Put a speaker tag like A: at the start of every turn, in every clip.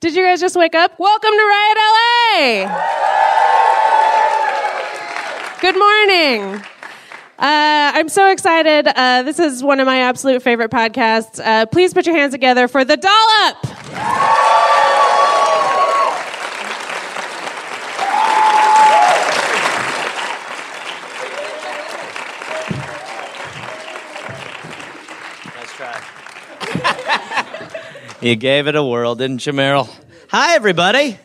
A: Did you guys just wake up? Welcome to Riot LA! Good morning. Uh, I'm so excited. Uh, this is one of my absolute favorite podcasts. Uh, please put your hands together for The Dollop!
B: Nice try. you gave it a whirl, didn't you, Meryl? Hi, everybody.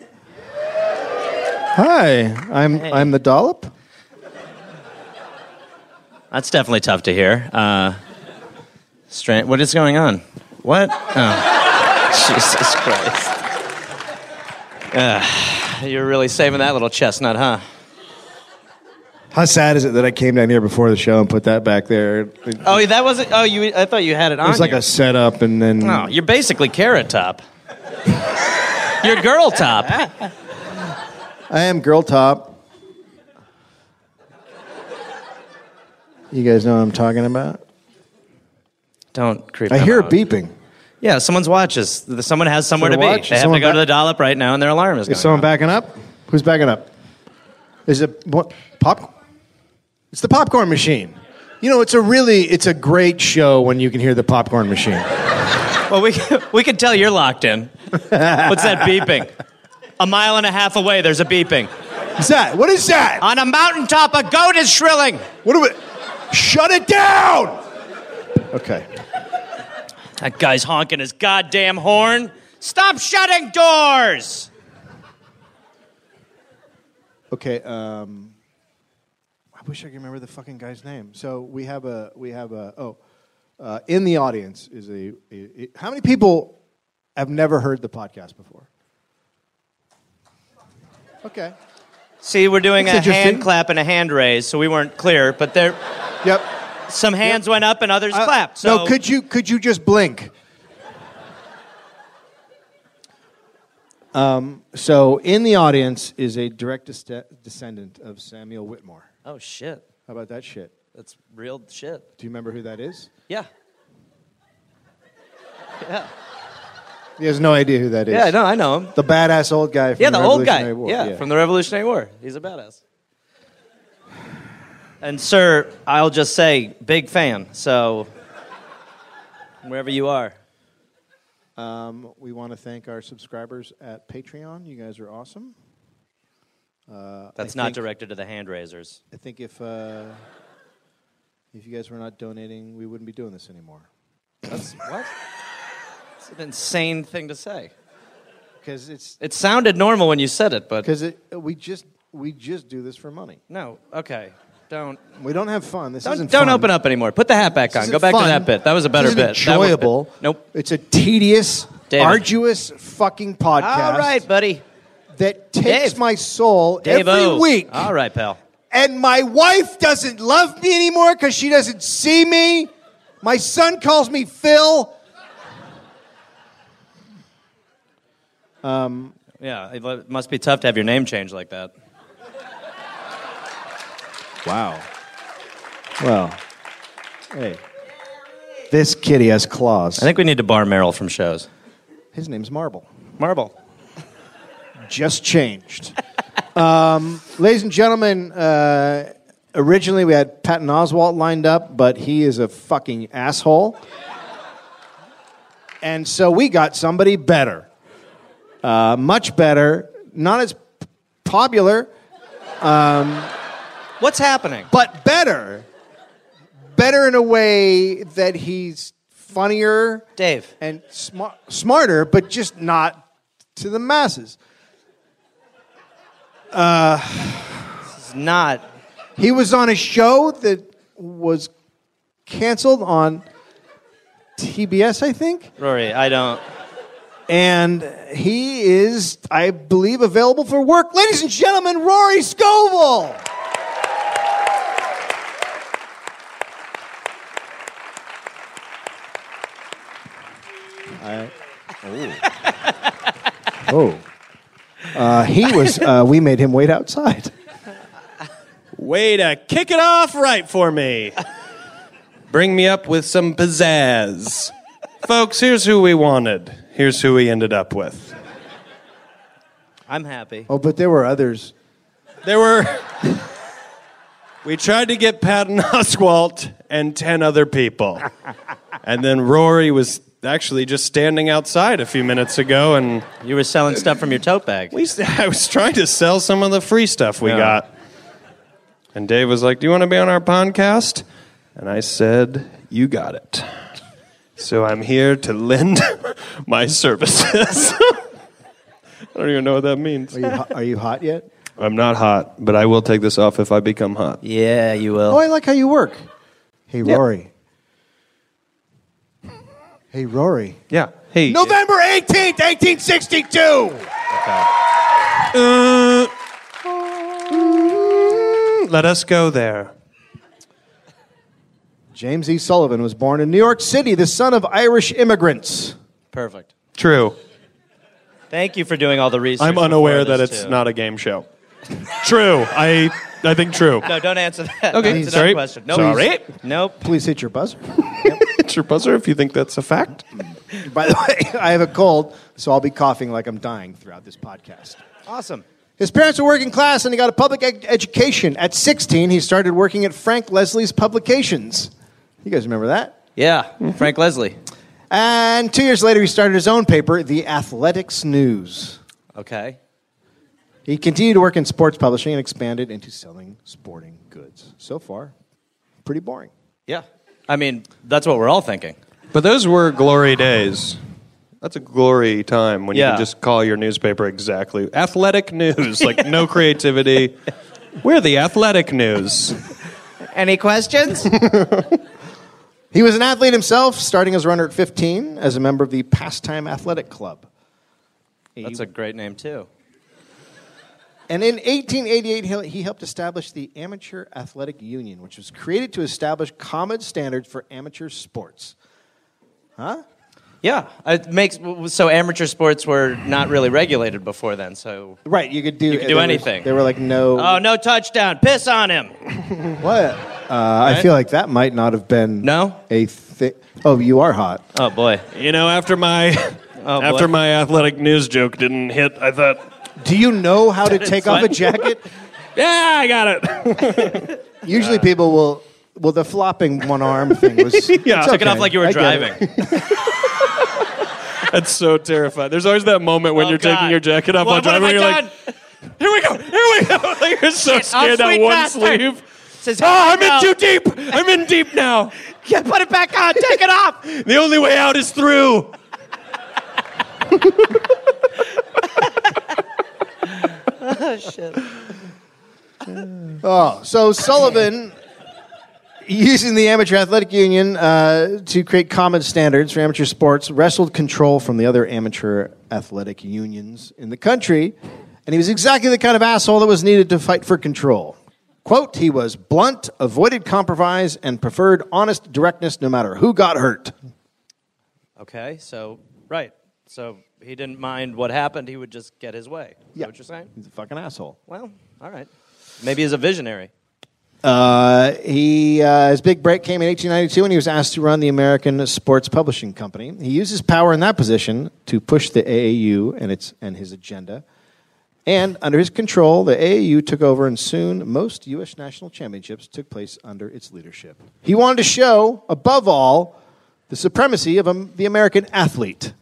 C: Hi, I'm I'm the dollop.
B: That's definitely tough to hear. Uh, stra- what is going on? What? Oh. Jesus Christ. Ugh, you're really saving that little chestnut, huh?
C: How sad is it that I came down here before the show and put that back there? It,
B: Oh, that wasn't. Oh, you. I thought you had it on.
C: was like
B: you.
C: a setup, and then
B: Oh, you're basically carrot top. you're girl top.
C: I am girl top. You guys know what I'm talking about.
B: Don't creep.
C: I
B: them
C: hear a
B: out.
C: beeping.
B: Yeah, someone's watches. Someone has somewhere
C: Someone
B: to be.
C: watches.
B: They have to
C: Someone
B: go to
C: ba-
B: the dollop right now, and their alarm is.
C: Is
B: going
C: someone backing up? Who's backing up? Is it what pop? It's the popcorn machine. You know, it's a really, it's a great show when you can hear the popcorn machine.
B: Well, we we can tell you're locked in. What's that beeping? A mile and a half away, there's a beeping.
C: What's that? What is that?
B: On a mountaintop, a goat is shrilling.
C: What do we? Shut it down. Okay.
B: That guy's honking his goddamn horn. Stop shutting doors.
C: Okay. Um, I wish I could remember the fucking guy's name. So we have a we have a oh, uh, in the audience is a, a- a- how many people have never heard the podcast before? Okay.
B: See, we're doing
C: That's
B: a
C: interesting.
B: hand clap and a hand raise, so we weren't clear, but there
C: Yep.
B: some hands went up and others
C: Uh,
B: clapped. So
C: No, could you could you just blink? Um, so in the audience is a direct deste- descendant of Samuel Whitmore.
B: Oh shit.
C: How about that shit?
B: That's real shit.
C: Do you remember who that is?
B: Yeah.
C: He has no idea who that is.
B: Yeah, no, I know him.
C: The badass old guy from
B: Yeah,
C: the,
B: the, old guy.
C: Revolutionary War.
B: yeah, from the Revolutionary War. He's a badass. And sir, I'll just say, big fan. So wherever you are,
C: um, we want to thank our subscribers at Patreon. You guys are awesome.
B: that's not
C: think-
B: directed to the hand raisers.
C: I think if uh, if you guys were not donating, we wouldn't be doing this anymore.
B: That's what? It's an insane thing to say.
C: Because it's
B: It sounded normal when you said it, but
C: because it, we just we just do this for money.
B: no. Okay, don't
C: We don't have fun. This
B: don't,
C: isn't
B: don't
C: fun.
B: open up anymore. Put the hat back
C: This
B: on.
C: isn't
B: Go back
C: fun.
B: to that bit. That was a better
C: this isn't
B: bit. That wa-
C: Enjoyable.
B: nope.
C: It's a tedious,
B: David.
C: arduous fucking podcast
B: All right, buddy.
C: that takes
B: Dave.
C: my soul every
B: Dave-o.
C: week.
B: All right, pal.
C: and my wife doesn't love me anymore because she doesn't see me. My son calls me Phil.
B: Yeah, it lo- must be tough to have your name changed like that.
C: Wow. Well, hey, this kitty has claws.
B: I think we need to bar Merrill from shows.
C: His name's Marble.
B: Marble.
C: Just changed. um, ladies and gentlemen, uh, originally we had Patton Oswalt lined up, but he is a fucking asshole. And so we got somebody better. Uh, much better. Not as p- popular.
B: What's happening?
C: but better. Better in a way that he's funnier
B: Dave.
C: and smar- smarter, but just not to the masses.
B: It's not.
C: He was on a show that was canceled on TBS, I think,
B: Rory, I don't.
C: and he is, I believe, available for work. Ladies and gentlemen, Rory Scovel. Oh. Uh, he was, uh, we made him wait outside.
D: Way to kick it off right for me. Bring me up with some pizzazz. Folks, here's who we wanted. Here's who we ended up with.
B: I'm happy.
C: Oh, but there were others.
D: There were. we tried to get Patton Oswalt and 10 other people. And then Rory was actually just standing outside a few minutes ago, and
B: You were selling stuff from your tote bag.
D: we, I was trying to sell some of the free stuff we
B: Yeah.
D: got. And Dave was like, Do you want to be on our podcast? And I said, You got it. So I'm here to lend my services. I don't even know what that means.
C: Are you, hot- are you hot yet?
D: I'm not hot, but I will take this off if I become hot.
B: Yeah, you
C: Oh,
B: will.
C: I like how you work. Hey, Rory. Hey, Rory.
D: Yeah. Hey.
C: November 18th, 1862.
D: Uh. Let us go there.
C: James E. Sullivan was born in New York City, the son of Irish immigrants.
B: Perfect.
D: True.
B: Thank you for doing all the research.
D: I'm unaware
B: before
D: that
B: this,
D: it's
B: too.
D: not a game show. true. I I think true.
B: No, don't answer that.
D: Okay,
B: That's another
D: sorry.
B: Question. Nope.
D: Sorry.
B: Nope.
C: Please hit your buzzer.
D: It's your buzzer if you think that's a fact.
C: By the way, I have a cold, so I'll be coughing like I'm dying throughout this podcast.
B: Awesome.
C: His parents were working class and he got a public ed- education. At 16, he started working at Frank Leslie's Publications. You guys remember that?
B: Yeah, Frank Leslie.
C: And two years later, he started his own paper, The Athletics News.
B: Okay.
C: He continued to work in sports publishing and expanded into selling sporting goods. So far, pretty boring.
B: Yeah. I mean, that's what we're all thinking.
D: But those were glory days. That's a glory time when you
B: Yeah.
D: can just call your newspaper exactly athletic news, like no creativity. We're the athletic news.
B: Any questions?
C: He was an athlete himself, starting as a runner at 15 as a member of the Pastime Athletic Club.
B: that's a great name too.
C: And in 1888, he- he helped establish the Amateur Athletic Union, which was created to establish common standards for amateur sports.
B: Yeah, it makes so amateur sports were not really regulated before then. So,
C: Right, you could do,
B: You could do
C: there was-
B: anything.
C: there were like no.
B: oh no touchdown, piss on him.
C: What? Uh, I feel like that might not have been
B: No?
C: a thing. Oh, you are hot.
B: Oh boy,
D: You know, after my
B: Oh,
D: after
B: boy.
D: my athletic news joke didn't hit, I thought,
C: Do you know how to take off a jacket?
D: yeah, I got it.
C: Usually, people will. Well, the flopping one arm thing was. yeah, took
D: Took
B: took it off like you were driving.
D: That's so terrifying. There's always that moment when
B: Oh,
D: you're taking
B: God.
D: your jacket off
B: What-
D: while
B: what have
D: driving.
B: I
D: You're
B: done?
D: like, here we go, here we go. like, you're so
B: sweet
D: scared that one
B: bastard.
D: sleeve.
B: Says,
D: Oh, I'm
B: no.
D: in too deep. I'm in deep now.
B: Yeah, put it back on. Take it off.
D: The only way out is through.
C: Oh, so Sullivan, using the Amateur Athletic Union uh, to create common standards for amateur sports, wrestled control from the other amateur athletic unions in the country, and he was exactly the kind of asshole that was needed to fight for control. Quote, he was blunt, avoided compromise, and preferred honest directness no matter who got hurt.
B: Okay, so right, so he didn't mind what happened. He would just get his way. Is that what you're saying?
C: He's a fucking asshole.
B: Well, all right. Maybe he's a visionary.
C: Uh, he uh, his big break came in 1892 when he was asked to run the American Sports Publishing Company. He used his power in that position to push the AAU and its and his agenda. And under his control, the AAU took over, and soon most U.S. national championships took place under its leadership. He wanted to show, above all, the supremacy of um, the American athlete.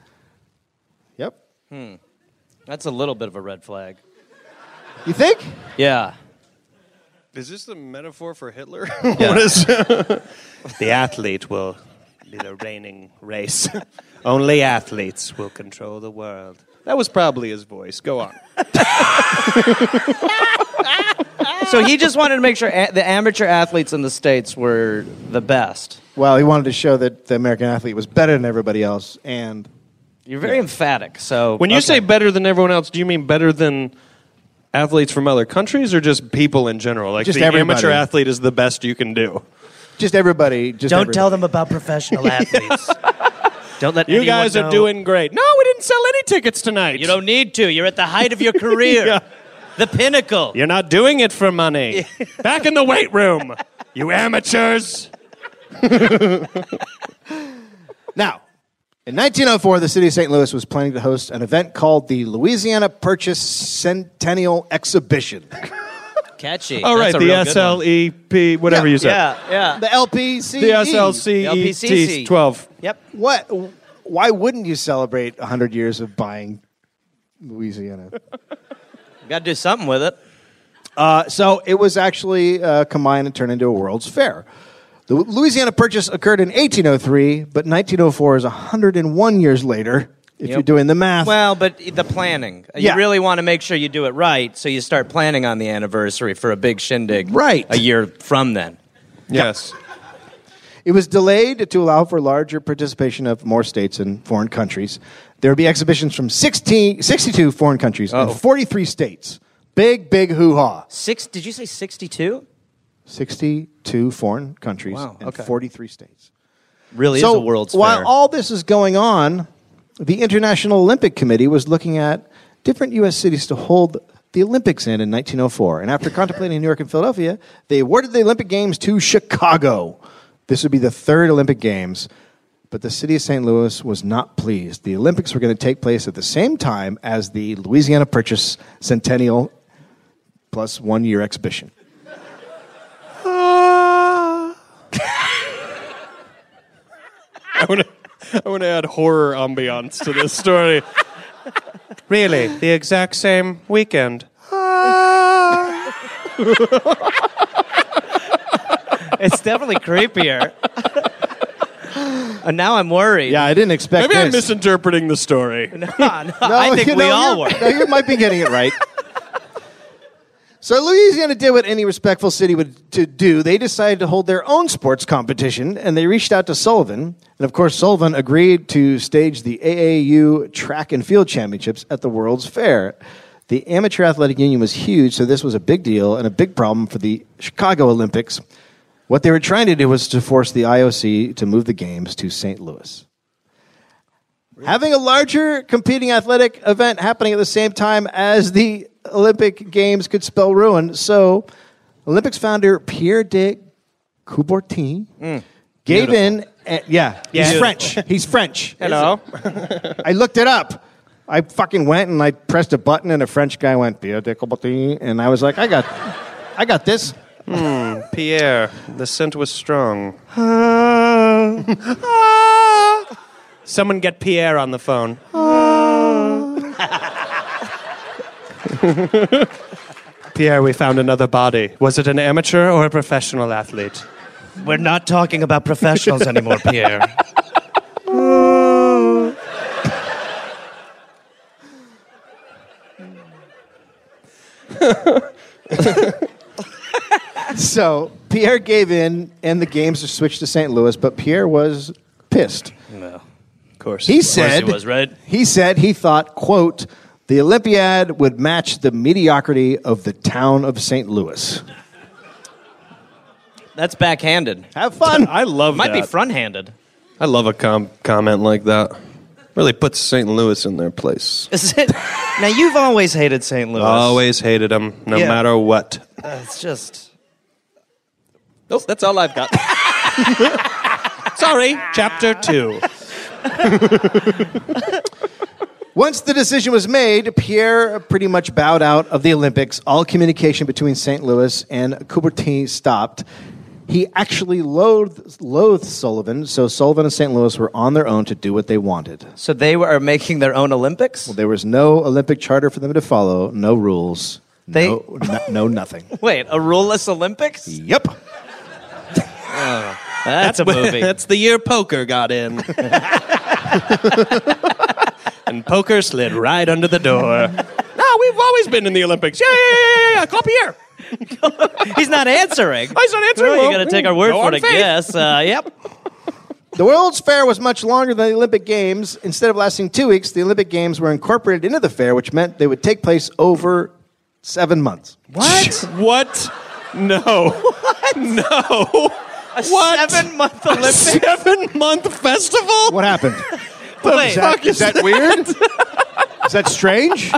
C: Yep.
B: That's a little bit of a red flag.
C: You think?
B: Yeah.
D: Is this the metaphor for Hitler?
B: Yeah.
D: the athlete will be the reigning race. Only athletes will control the world. That was probably his voice. Go on.
B: So he just wanted to make sure a- the amateur athletes in the states were the best.
C: Well, he wanted to show that the American athlete was better than everybody else, and
B: You're very emphatic. So
D: When you
B: okay.
D: say better than everyone else, do you mean better than athletes from other countries or just people in general? Like
C: Just
D: the
C: everybody.
D: amateur athlete is the best you can do.
C: just everybody. Just
B: don't
C: everybody.
B: tell them about professional athletes. don't let
D: You
B: anyone
D: guys are
B: know-
D: doing great. No, we didn't sell any tickets tonight.
B: You don't need to. You're at the height of your career,
D: Yeah.
B: the pinnacle.
D: You're not doing it for money. Back in the weight room, you amateurs.
C: Now, In 1904, the city of St. Louis was planning to host an event called the Louisiana Purchase Centennial Exhibition.
E: Catchy.
D: All right,
E: That's a real
D: the
E: good one.
D: SLEP, whatever
C: Yeah,
D: you said.
E: Yeah, yeah.
C: The LPC.
D: The SLCET
E: LPCC.
D: 12.
E: Yep.
C: E. What? Why wouldn't you celebrate 100 years of buying Louisiana?
E: Got to do something with it.
C: Uh, so it was actually uh, combined and turned into a World's Fair. The Louisiana Purchase occurred in 1803, but 1904 is 101 years later. If you're doing the math,
E: Well, but the planning.
C: Yeah.
E: You really want to make sure you do it right, so you start planning on the anniversary for a big shindig
C: Right.
E: a year from then.
D: Yes.
C: It was delayed to allow for larger participation of more states and foreign countries. There would be exhibitions from 16, 62 foreign countries
D: Oh.
C: and 43 states. Big, big hoo ha.
E: Six did you say 62?
C: 62 foreign countries
E: Wow,
C: and
E: okay.
C: 43 states.
E: Really is a world's
C: while
E: fair.
C: all this is going on, the International Olympic Committee was looking at different U.S. cities to hold the Olympics in in 1904. And after contemplating New York and Philadelphia, they awarded the Olympic Games to Chicago. This would be the third Olympic Games. But the city of St. Louis was not pleased. The Olympics were going to take place at the same time as the Louisiana Purchase Centennial plus one year exhibition.
D: I want to I wanna add horror ambiance to this story. really? The exact same weekend?
E: it's definitely creepier. and now I'm worried.
C: Yeah, I didn't expect
D: Maybe I'm
C: this.
D: misinterpreting the story.
E: No, no, I think
C: you
E: we
C: know,
E: all were.
C: you're- You might be getting it right. so Louisiana did what any respectful city would to do. They decided to hold their own sports competition, and they reached out to Sullivan. And of course, Sullivan agreed to stage the AAU Track and Field Championships at the World's Fair. The Amateur Athletic Union was huge, so this was a big deal and a big problem for the Chicago Olympics. What they were trying to do was to force the IOC to move the games to St. Louis. Having a larger competing athletic event happening at the same time as the Olympic Games could spell ruin. So, Olympics founder Pierre de Coubertin gave in. And, yeah, he's
D: Mm. Beautiful.
C: French. He's French.
D: Hello.
C: I looked it up. I fucking went and I pressed a button, and a French guy went Pierre de Coubertin, and I was like, I got, I got this.
D: Pierre, the scent was strong. Someone get Pierre on the phone. Pierre, we found another body. Was it an amateur or a professional athlete?
E: We're not talking about professionals anymore, Pierre.
C: So Pierre gave in, and the games were switched to St. Louis, but Pierre was pissed.
E: Of course.
C: He said
E: he was, right?
C: He said he thought, quote, the Olympiad would match the mediocrity of the town of St. Louis.
E: That's backhanded.
C: Have fun.
D: I love
E: Might be
D: that.
E: front-handed.
D: I love a com- comment like that. Really puts St. Louis in their place.
E: Is it? Now you've always hated St. Louis.
D: Always hated him, no
E: Yeah.
D: matter what.
E: Uh, It's just
D: Nope, that's all I've got. Sorry, chapter two.
C: Once the decision was made, Pierre pretty much bowed out of the Olympics. All communication between St. Louis and Coubertin stopped. He actually loathed, loathed Sullivan, so Sullivan and St. Louis were on their own to do what they wanted.
E: so they were are making their own Olympics.
C: There was no Olympic charter for them to follow, no rules,
E: They-
C: no, no, no nothing.
E: Wait, a ruleless Olympics?
C: Yep.
E: That's a movie.
D: that's the year poker got in. and poker slid right under the door. No, we've always been in the Olympics. Yeah, yeah, yeah, yeah, yeah. Call Pierre.
E: He's not answering.
D: Oh, he's not answering.
E: Well,
D: Well,
E: you got to take our word
D: go
E: for
D: on
E: it, I
D: faith.
E: guess. Uh, yep.
C: The World's Fair was much longer than the Olympic Games. Instead of lasting two weeks, the Olympic Games were incorporated into the fair, which meant they would take place over seven months.
E: What?
D: What? No. No.
E: A
D: What?
E: seven-month Olympics?
D: Seven month festival?
C: What happened?
E: Wait,
C: is that, is that weird? Is that strange?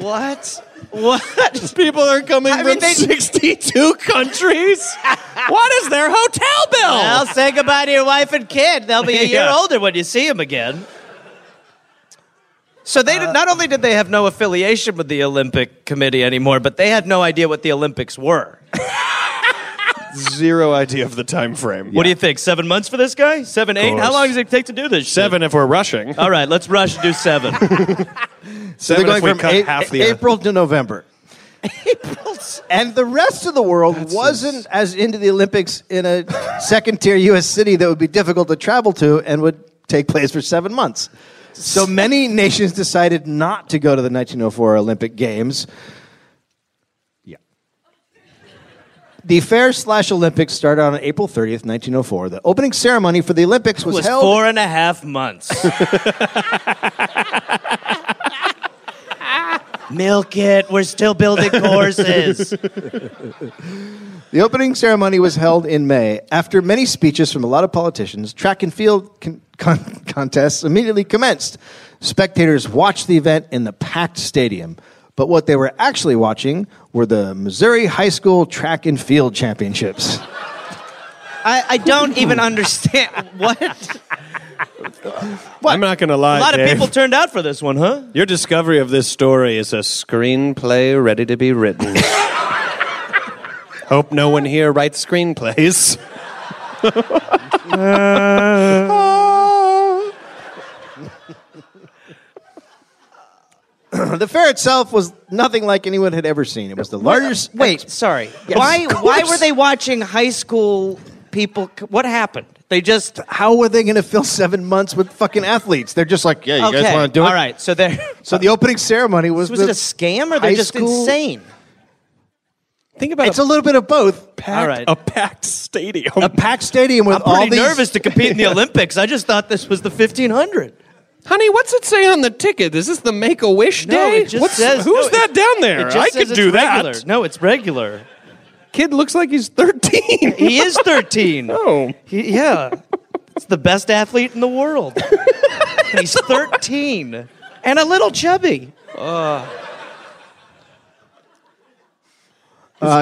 E: what? What?
D: People are coming
E: I
D: from
E: mean, they-
D: 62 countries What is their hotel bill?
B: Well, say goodbye to your wife and kid. They'll be a year
D: Yeah.
B: older when you see them again. So they did, not only did they have no affiliation with the Olympic Committee anymore, but they had no idea what the Olympics were.
D: Zero idea of the time frame.
B: What do you think? Seven months for this guy? Seven, eight? How
D: course.
B: long does it take to do this? shit?
D: Seven if we're rushing.
B: All right, let's rush and do seven.
C: So they're
D: Seven
C: going
D: if we
C: from
D: cut
C: A-
D: half the.
C: April to November. And the rest of the world wasn't as into the Olympics in a second tier U.S. city that would be difficult to travel to and would take place for seven months. So many nations decided not to go to the 1904 Olympic Games. Yeah. The fair slash Olympics started on April 30th, 1904. The opening ceremony for the Olympics was,
B: was
C: held.
B: four and a half months. Milk it. We're still building courses.
C: The opening ceremony was held in May. After many speeches from a lot of politicians, track and field con- con- contests immediately commenced. Spectators watched the event in the packed stadium, but what they were actually watching were the Missouri High School Track and Field Championships.
B: I, I don't even understand what.
D: I'm not going to lie.
B: A lot of
D: Dave.
B: people turned out for this one, huh?
D: Your discovery of this story is a screenplay ready to be written. Hope no one here writes screenplays.
C: the fair itself was nothing like anyone had ever seen. It was the largest. Wait,
B: Sorry.
C: Yes,
B: why?
C: of
B: Why
C: course.
B: were they watching high school people? c- What happened? They just
C: how were they going to fill seven months with fucking athletes? They're just like, yeah, you
B: okay.
C: guys want to do it?
B: All right. So they
C: So the opening ceremony was,
B: was
C: the,
B: it a scam or
C: high
B: they're just
C: school-
B: insane?
D: Think about
C: It's a little bit of both.
B: All right.
D: a packed stadium.
C: A packed stadium with
B: I'm pretty
C: all these
B: nervous to compete in the Olympics. I just thought this was the 1500.
D: Honey, what's it say on the ticket? Is this the Make a Wish
B: No,
D: Day?
B: it just
D: What's-
B: says-
D: who's
B: no, it-
D: that down
B: It
D: there?
B: just
D: I
B: says
D: could
B: it's
D: do
B: regular.
D: that.
B: No, it's regular.
D: Kid looks like he's 13.
B: He is 13.
D: Oh.
B: He- yeah. It's the best athlete in the world. He's 13 and a little chubby.
C: Uh,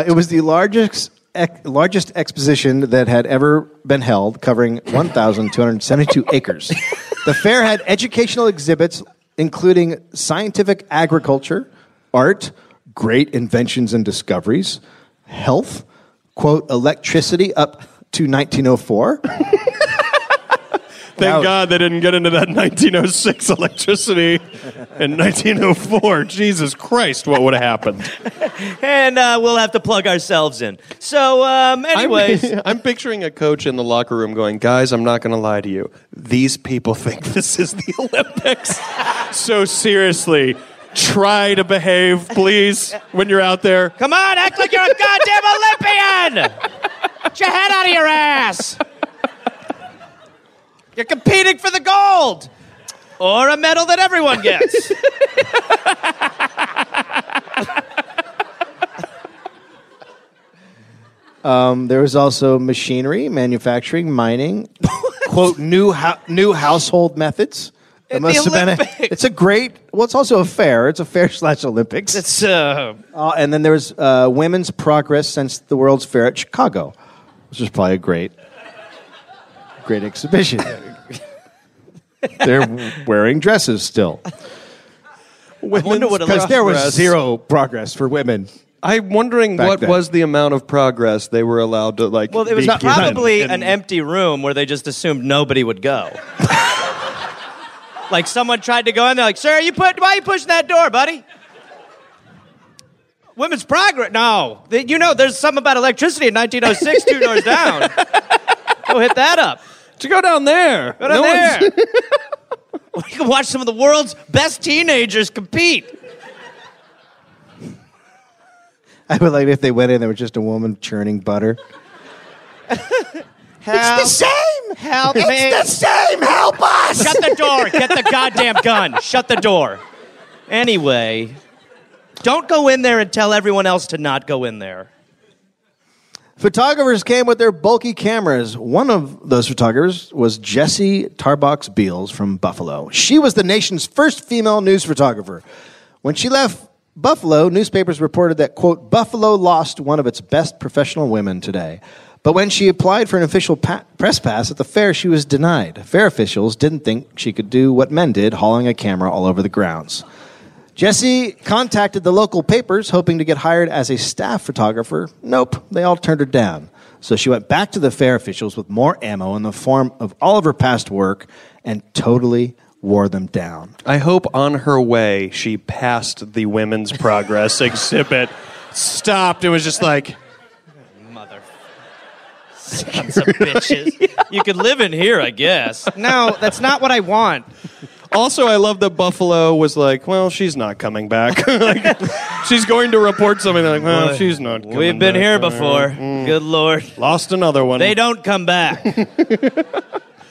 C: it was the largest ec- largest exposition that had ever been held, covering 1,272 acres. The fair had educational exhibits including scientific agriculture, art, great inventions and discoveries, health, quote electricity up to 1904.
D: Thank God they didn't get into that 1906 electricity in 1904. Jesus Christ, what would have happened?
B: And uh, we'll have to plug ourselves in. So, um, anyways.
D: I'm, I'm picturing a coach in the locker room going, guys, I'm not going to lie to you. These people think this is the Olympics. so seriously, try to behave, please, when you're out there.
B: Come on, act like you're a goddamn Olympian! Get your head out of your ass! You're competing for the gold! Or a medal that everyone gets.
C: There was also machinery, manufacturing, mining, quote new ho- new household methods. It must have been. A,
B: Olympics.
C: it's a great. Well, it's also a fair. It's a fair slash Olympics.
B: It's, uh,
C: Uh, and then there was uh, women's progress since the World's Fair at Chicago, which was probably a great, great exhibition. They're wearing dresses still
D: I
B: wonder what
C: because there was zero progress for women.
D: I'm wondering
C: Back
D: what
C: then.
D: was the amount of progress they were allowed to like.
B: well, it was
D: be given
B: probably
D: in-
B: an empty room where they just assumed nobody would go. like someone tried to go in, they're like, "Sir, you put why you pushing that door, buddy?" Women's progress. No, Th- you know, there's something about electricity in 1906, two doors down. Go hit that up.
D: To go down there.
B: Go down
D: No one's-
B: there. we can watch some of the world's best teenagers compete.
C: I would like if they went in, there was just a woman churning butter.
B: Help,
C: same.
B: help me!
C: same. Help us.
B: Shut the door. Get the goddamn gun. Shut the door. Anyway, don't go in there and tell everyone else to not go in there.
C: Photographers came with their bulky cameras. One of those photographers was Jessie Tarbox Beals from Buffalo. She was the nation's first female news photographer. When she left Buffalo, newspapers reported that, quote, Buffalo lost one of its best professional women today. But when she applied for an official pa- press pass at the fair, she was denied. Fair officials didn't think she could do what men did, hauling a camera all over the grounds. Jesse contacted the local papers, hoping to get hired as a staff photographer. Nope, they all turned her down. So she went back to the fair officials with more ammo in the form of all of her past work and totally wore them down.
D: I hope on her way she passed the women's progress exhibit, stopped, and was just like,
E: Mother. Sons of bitches. You could live in here, I guess. No, that's not what I want.
D: Also, I love that Buffalo was like, well, she's not coming back. Like, she's going to report something. They're like, well, she's not coming
E: We've been
D: back. Mm-hmm.
E: here before.
D: Mm.
E: Good lord.
D: Lost another one.
E: They don't come back.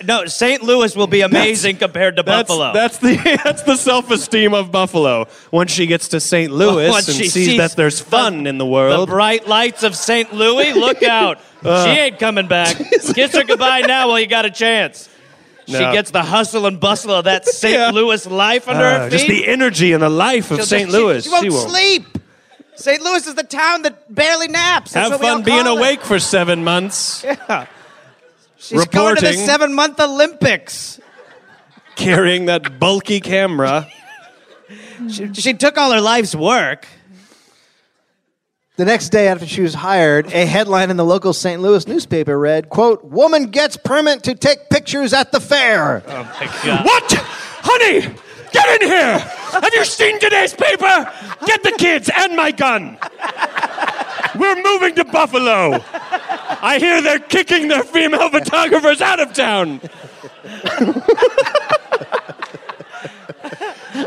E: no, St. Louis will be amazing compared to
D: that's,
E: Buffalo.
D: That's the, that's the self esteem of Buffalo. Once she gets to St. Louis
E: Once
D: and
E: she
D: sees,
E: sees
D: that there's fun in the
E: the
D: world. Uh.
E: bright lights of St. Louis, look out. she ain't coming back. Kiss her goodbye now while you got a chance.
D: No.
E: She gets the hustle and bustle of that St.
D: Yeah.
E: Louis life under
D: Uh,
E: her feet.
D: just the energy and the life of
B: She'll
D: St.
B: just- she-
D: Louis.
B: She, won't sleep. St. Louis is the town that barely naps. That's
D: Have
B: what we all
D: fun being
B: call it.
D: awake for seven months,
B: She's going to the
D: reporting.
B: seven-month Olympics.
D: carrying that bulky camera.
B: She, she took all her life's work.
C: The next day after she was hired, a headline in the local St. Louis newspaper read, quote, Woman gets permit to take pictures at the fair.
D: What? Honey, get in here! Have you seen today's paper? Get the kids and my gun. We're moving to Buffalo. I hear they're kicking their female photographers out of town.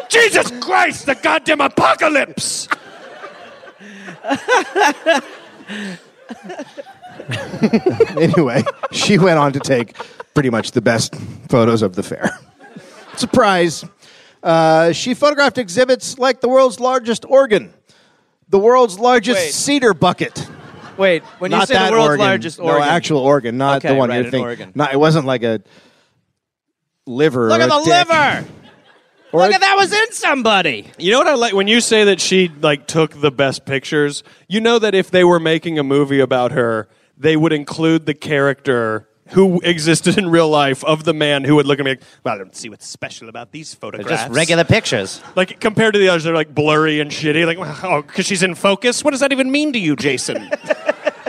D: Jesus Christ, the goddamn apocalypse!
C: anyway, she went on to take pretty much the best photos of the fair. Surprise. Uh, she photographed exhibits like the world's largest organ, the world's largest
B: Wait.
C: cedar bucket.
B: Wait, when you
C: not
B: say
C: that
B: the world's
C: organ.
B: largest
C: no,
B: organ,
C: actual organ, not
B: Okay,
C: the one
B: right,
C: you're
B: an
C: thinking.
B: organ.
C: Not, it wasn't like a liver.
B: look
C: or
B: at
C: a
B: the
C: dick.
B: liver.
C: Or
B: Look
C: a-
B: at that was in somebody.
D: You know what I like when you say that she like took the best pictures. You know that if they were making a movie about her, they would include the character who existed in real life of the man who would look at me like, "Well, I don't see what's special about these photographs."
E: pictures.
D: Like compared to the others, they're like blurry and shitty. Like, oh, because she's in focus. What does that even mean to you, Jason?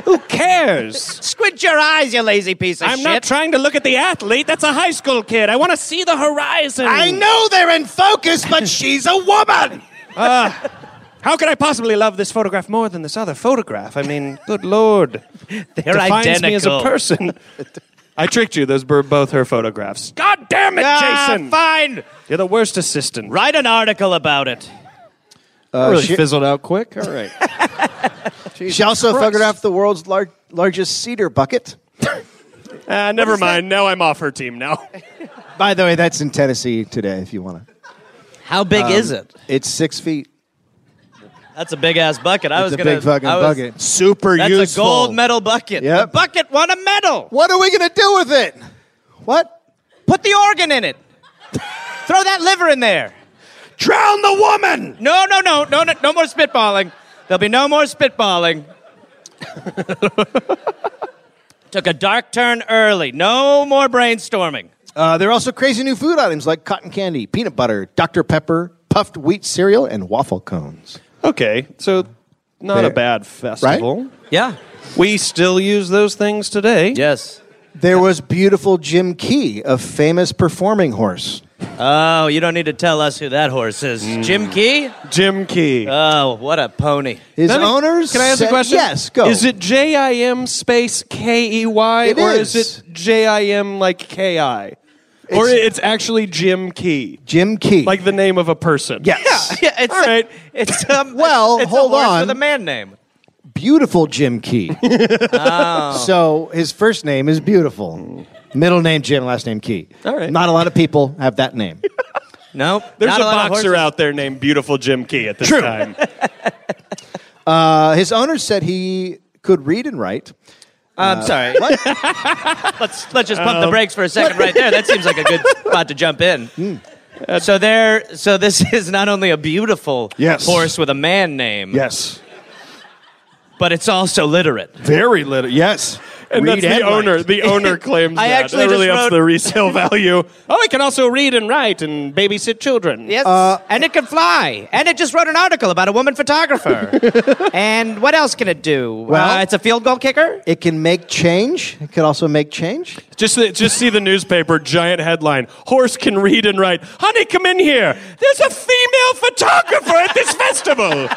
D: who cares?
B: Squint your eyes, you lazy piece of
D: I'm
B: shit.
D: not trying to look at the athlete. That's a high school kid. I want to see the horizon.
C: I know they're in focus, but she's a woman.
D: How could I possibly love this photograph more than this other photograph? I mean, good lord.
B: They're
D: defines me as a
B: identical.
D: person. I tricked you. Those were both her photographs. God damn it,
B: Ah,
D: Jason!
B: fine.
D: You're the worst assistant.
B: Write an article about it.
D: really
C: shit.
D: fizzled out quick. All right.
C: Uh, She also
D: Christ.
C: photographed the world's lar- largest cedar bucket.
D: uh, never mind. Now I'm off her team. Now
C: By the way, that's in Tennessee today. If you want to,
B: How big is it?
C: it's six feet.
B: That's a big ass bucket. I
C: It's
B: was
C: a
B: gonna.
C: big fucking
B: I was-
C: bucket. Super
B: That's a gold medal bucket.
C: Yep.
B: The bucket won a medal.
C: What are we gonna do with it? What?
B: Put the organ in it. Throw that liver in there.
D: drown the woman.
B: No, no, no, no, no, no more spitballing. There'll be no more spitballing. Took a dark turn early. No more brainstorming.
C: Uh, there are also crazy new food items like cotton candy, peanut butter, Dr Pepper, puffed wheat cereal, and waffle cones.
D: Okay, so not
C: There.
D: a bad festival.
B: Yeah.
D: We still use those things today.
B: Yes.
C: There was beautiful Jim Key, a famous performing horse.
B: Oh, you don't need to tell us who that horse is. Jim Key?
D: Jim Key.
B: Oh, what a pony.
C: His
D: Let me-
C: owners.
D: Can I ask
C: said-
D: a question?
C: Yes, go.
D: Is it J I M space K E Y
C: It
D: or
C: is.
D: is, it J I M like K I? Or
C: It's-
D: it's actually Jim Key,
C: Jim Key?
D: like the name of a person.
C: yes.
B: Yeah, it's
D: All right.
B: it's um,
C: Well,
B: it's, it's
C: hold
B: a horse
C: on.
B: with a man name.
C: Beautiful Jim Key.
D: Oh.
C: So his first name is Beautiful. Middle name Jim, last name Key.
D: All right.
C: Not a lot of people have that name.
B: Nope.
D: There's
B: not a,
D: a,
B: lot of
D: boxer
B: horses.
D: out there named Beautiful Jim Key at this
C: True.
D: time.
C: Uh, his owners said he could read and write.
D: Uh,
B: I'm Um, sorry. let's let's just pump
D: Um,
B: the brakes for a second right there. That seems like a good spot to jump in.
D: Hmm. Uh,
B: So there, so this is not only a beautiful
C: Yes.
B: horse with a man name,
C: Yes.
B: but it's also literate.
C: Very little. Yes.
D: and
E: Read
D: that's the
E: and write.
D: owner. The owner claims
B: I
D: that.
B: actually
D: that really
B: just
D: ups
B: wrote-
D: the resale value. Oh, it can also read and write and babysit children.
B: Yes, and it can fly, and it just wrote an article about a woman photographer. and what else can it do?
C: Well-
B: uh, it's a field goal kicker.
C: It can make change. It could also make change.
D: Just just see the newspaper giant headline. Horse can read and write. Honey, come in here. There's a female photographer at this festival.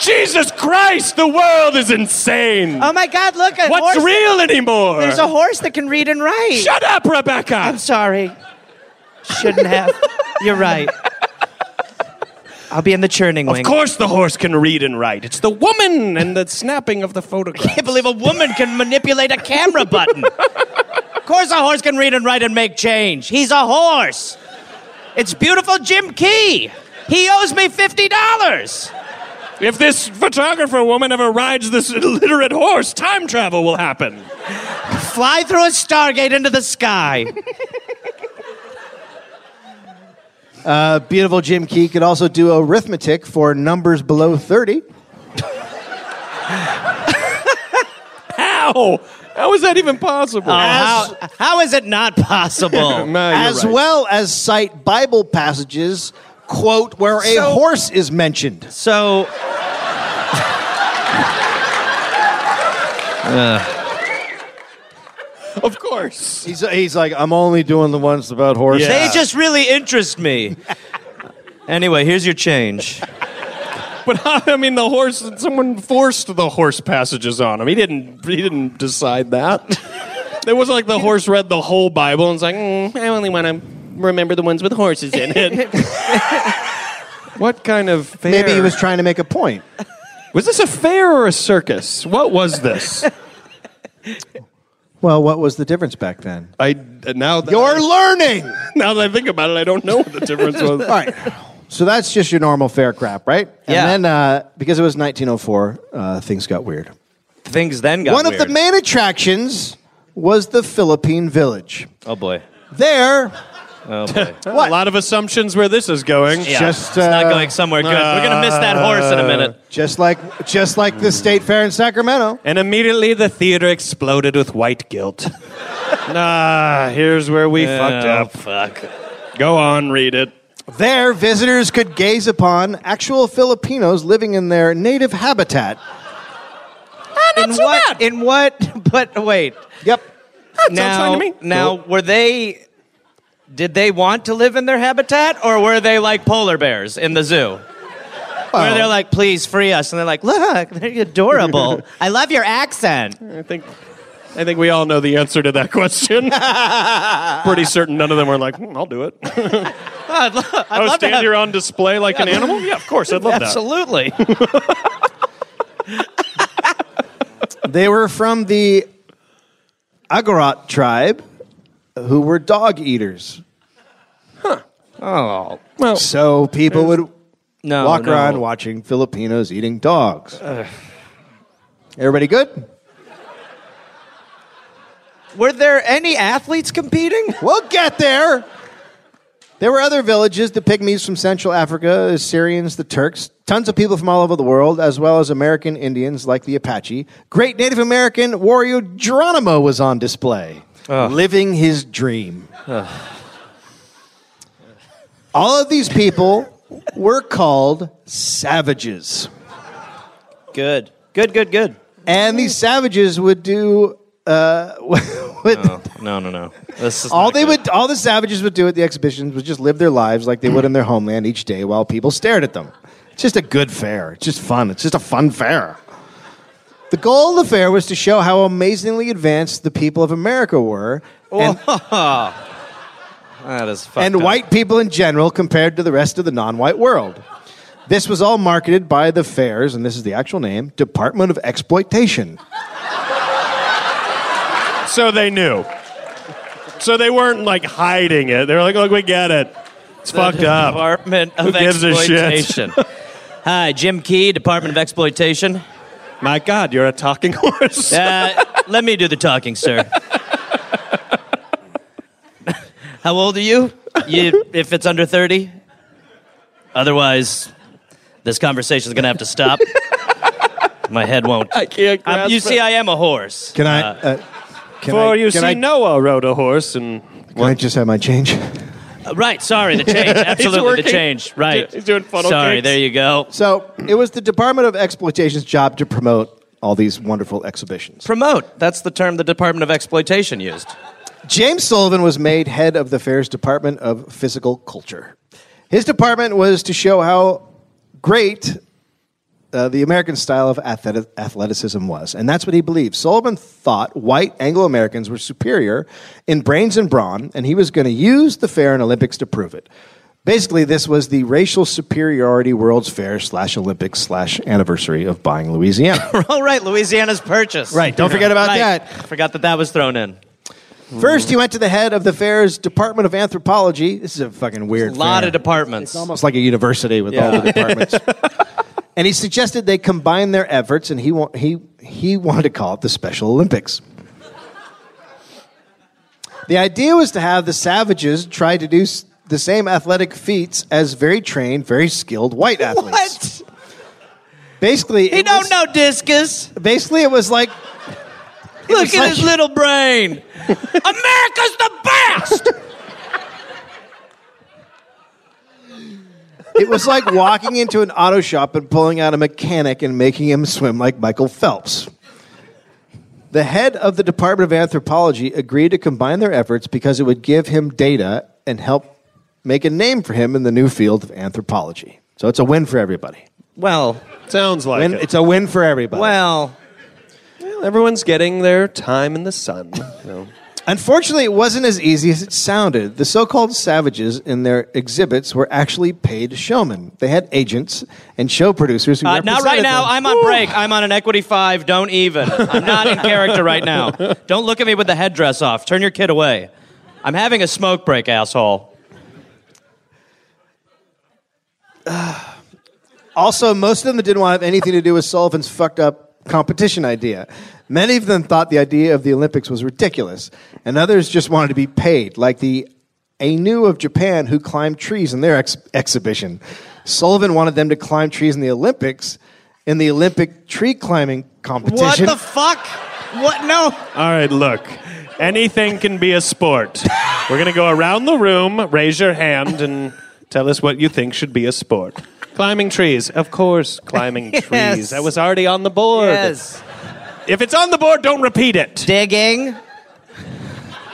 D: Jesus Christ, the world is insane.
B: Oh my God! Look, a
D: What's
B: horse.
D: real anymore?
B: There's a horse that can read and write.
D: Shut up, Rebecca.
B: I'm sorry. Shouldn't have. You're right. I'll be in the churning
D: of
B: wing.
D: course the horse can read and write. It's the woman and the snapping of the photograph.
B: I can't believe a woman can manipulate a camera button. of course, a horse can read and write and make change. He's a horse. It's beautiful Jim Key. He owes me $50.
D: If this photographer woman ever rides this illiterate horse, time travel will happen.
B: Fly through a stargate into the sky.
C: A beautiful Jim Key could also do arithmetic for numbers below 30.
D: How? How is that even possible?
B: Oh, Uh, How- how is it not possible?
D: No, Oh, you're
C: as
D: right.
C: well as cite Bible passages, quote, where a
B: So-
C: horse is mentioned.
B: So.
D: Of course.
C: He's, he's like, I'm only doing the ones about horses.
D: Yeah.
B: They just really interest me. anyway, here's your change.
D: But I mean, the horse. Someone forced the horse passages on him. He didn't. He didn't decide that. it wasn't like the horse read the whole Bible and was like, "Mm, "I only want to remember the ones with horses in it." what kind of fair?
C: Maybe he was trying to make a point.
D: Was this a fair or a circus? What was this?
C: Well, what was the difference back then?
D: I now that
C: You're learning.
D: now that I think about it, I don't know what the difference was.
C: All right. So that's just your normal fair crap, right?
B: Yeah.
C: And then, uh, because it was 1904, uh, things got weird.
B: Things then got
C: One of
B: weird.
C: the main attractions was the Philippine Village.
B: Oh boy.
C: There,
B: Oh boy.
D: A lot of assumptions where this is going.
B: Yeah,
C: Just,
B: it's not
C: uh,
B: going somewhere good. We're gonna miss that horse in a minute.
C: just like just like the state fair in Sacramento,
D: And immediately the theater exploded with white guilt. nah, here's where we fucked up.
B: fuck.
D: Go on, read it.
C: there visitors could gaze upon actual Filipinos living in their native habitat.
B: in what? In what? But wait.
C: Yep.
B: now,
D: fine to me.
B: now, were they? Did they want to live in their habitat, or were they like polar bears in the zoo? Where they're like, please free us, and they're like, look, they're adorable. I love your accent.
D: I think, I think we all know the answer to that question. Pretty certain none of them were like, "Hmm, "I'll do it."
B: I'd lo- I'd
D: Oh,
B: love to
D: stand
B: have-
D: here on display like an animal? Yeah, of course, I'd love that.
B: Absolutely.
C: They were from the Agarot tribe, who were dog eaters.
B: oh
C: So people would
B: no.
C: walk
B: no.
C: around watching Filipinos eating dogs. Everybody good?
B: Were there any athletes competing?
C: We'll get there. There were other villages, the Pygmies from Central Africa, Assyrians, the Turks, tons of people from all over the world, as well as American Indians like the Apache. Great Native American warrior Geronimo was on display, living his dream. All of these people were called savages.
B: Good. Good. Good. Good.
C: And these savages would do uh, would,
B: No. No. No. This is
C: all
B: not
C: they
B: good.
C: would all the savages would do at the exhibitions was just live their lives like they would in their homeland each day while people stared at them. It's just a good fair. It's just fun. It's just a fun fair. The goal of the fair was to show how amazingly advanced the people of America were and,
B: That is fucked
C: and
B: up.
C: white people in general compared to the rest of the non-white world. This was all marketed by the fairs, and this is the actual name, Department of Exploitation.
D: So they knew. So they weren't like hiding it. They were like, "Look, we get it. It's fucked up."
B: Department of
D: Who gives a shit?
B: Exploitation. Hi, Jim Key, Department of Exploitation.
D: My God, you're a talking horse.
B: Uh, let me do the talking, sir. How old are you? you? If it's under 30? Otherwise, this conversation's going to have to stop. My head won't.
D: can't.
B: Um, you see, I am a horse.
C: Can I? Uh, Can
D: For
C: I-
D: you
C: can
D: see,
C: I-
D: Noah rode a horse, and
C: Can I just have my change?
B: Uh, right. Sorry, the change. Absolutely,
D: working.
B: the change. Right.
D: He's doing funnel
B: Sorry.
D: cakes.
B: There you go.
C: So it was the Department of Exploitation's job to promote all these wonderful exhibitions.
B: Promote. That's the term the Department of Exploitation used.
C: James Sullivan was made head of the fair's Department of Physical Culture. His department was to show how great uh, the American style of athlet- athleticism was. And that's what he believed. Sullivan thought white Anglo Americans were superior in brains and brawn, and he was going to use the fair and Olympics to prove it. Basically, this was the racial superiority World's Fair slash Olympics slash anniversary of buying Louisiana.
B: Oh, right. Louisiana's purchase.
C: Right, don't forget about
B: Right.
C: that.
B: Forgot that that was thrown in.
C: First, he went to the head of the fair's Department of Anthropology. This is a fucking weird.
B: A lot
C: fair.
B: of departments.
C: It's almost like a university with all the departments. and he suggested they combine their efforts, and he wa- he he wanted to call it the Special Olympics. The idea was to have the savages try to do s- the same athletic feats as very trained, very skilled white athletes.
B: What?
C: Basically,
B: He
C: it
B: don't
C: was-
B: know discus.
C: Basically, it was like
B: Look at
C: like-
B: his little brain. America's the best.
C: It was like walking into an auto shop and pulling out a mechanic and making him swim like Michael Phelps. The head of the Department of Anthropology agreed to combine their efforts because it would give him data and help make a name for him in the new field of anthropology. So it's a win for everybody.
B: Well,
D: sounds like
C: Win,
D: it.
C: it's a win for everybody.
B: well.
D: Everyone's getting their time in the sun. So.
C: Unfortunately, it wasn't as easy as it sounded. The so called savages in their exhibits were actually paid showmen. They had agents and show producers who
B: Uh, not right
C: represented
B: now.
C: them.
B: I'm on break. I'm on an equity five. Don't even. I'm not in character right now. Don't look at me with the headdress off. Turn your kid away. I'm having a smoke break, asshole.
C: Also, most of them didn't want to have anything to do with Sullivan's fucked up competition idea. Many of them thought the idea of the Olympics was ridiculous, and others just wanted to be paid, like the Ainu of Japan who climbed trees in their ex- exhibition. Sullivan wanted them to climb trees in the Olympics, in the Olympic tree climbing
B: What
C: competition.
B: the fuck? What? No.
D: All right, look. Anything can be a sport. We're going to go around the room, raise your hand, and tell us what you think should be a sport. Climbing trees. Of course, climbing trees. That was already on the board.
B: Yes.
D: If it's on the board, don't repeat it.
B: Digging.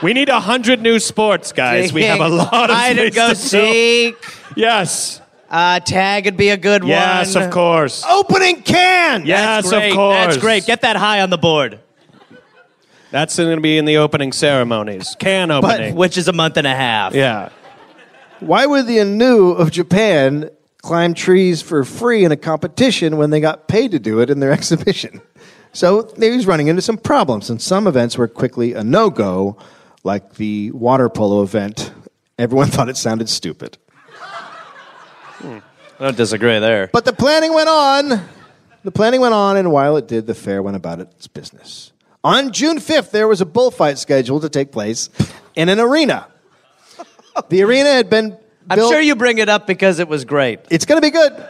D: We need a 100 new sports, guys. We have a lot of
B: Hide and
D: space
B: go
D: to fill.
B: seek.
D: Yes.
B: Uh, tag would be a good
D: Yes,
B: one.
D: of course.
C: Opening can!
D: yes,
B: Great.
D: of course.
B: That's great. Get that high on the board,
D: That's going to be in the opening ceremonies. Can opening.
B: which is a month and a half.
D: yeah.
C: Why would the Anu of Japan climb trees for free in a competition when they got paid to do it in their exhibition? So he was running into some problems, and some events were quickly a no go, like the water polo event. Everyone thought it sounded stupid.
B: I don't disagree there.
C: But the planning went on. The planning went on, and while it did, the fair went about its business. On June 5th, there was a bullfight scheduled to take place in an arena. The arena had been
B: I'm
C: built-
B: sure you bring it up because it was great.
C: It's going to be good.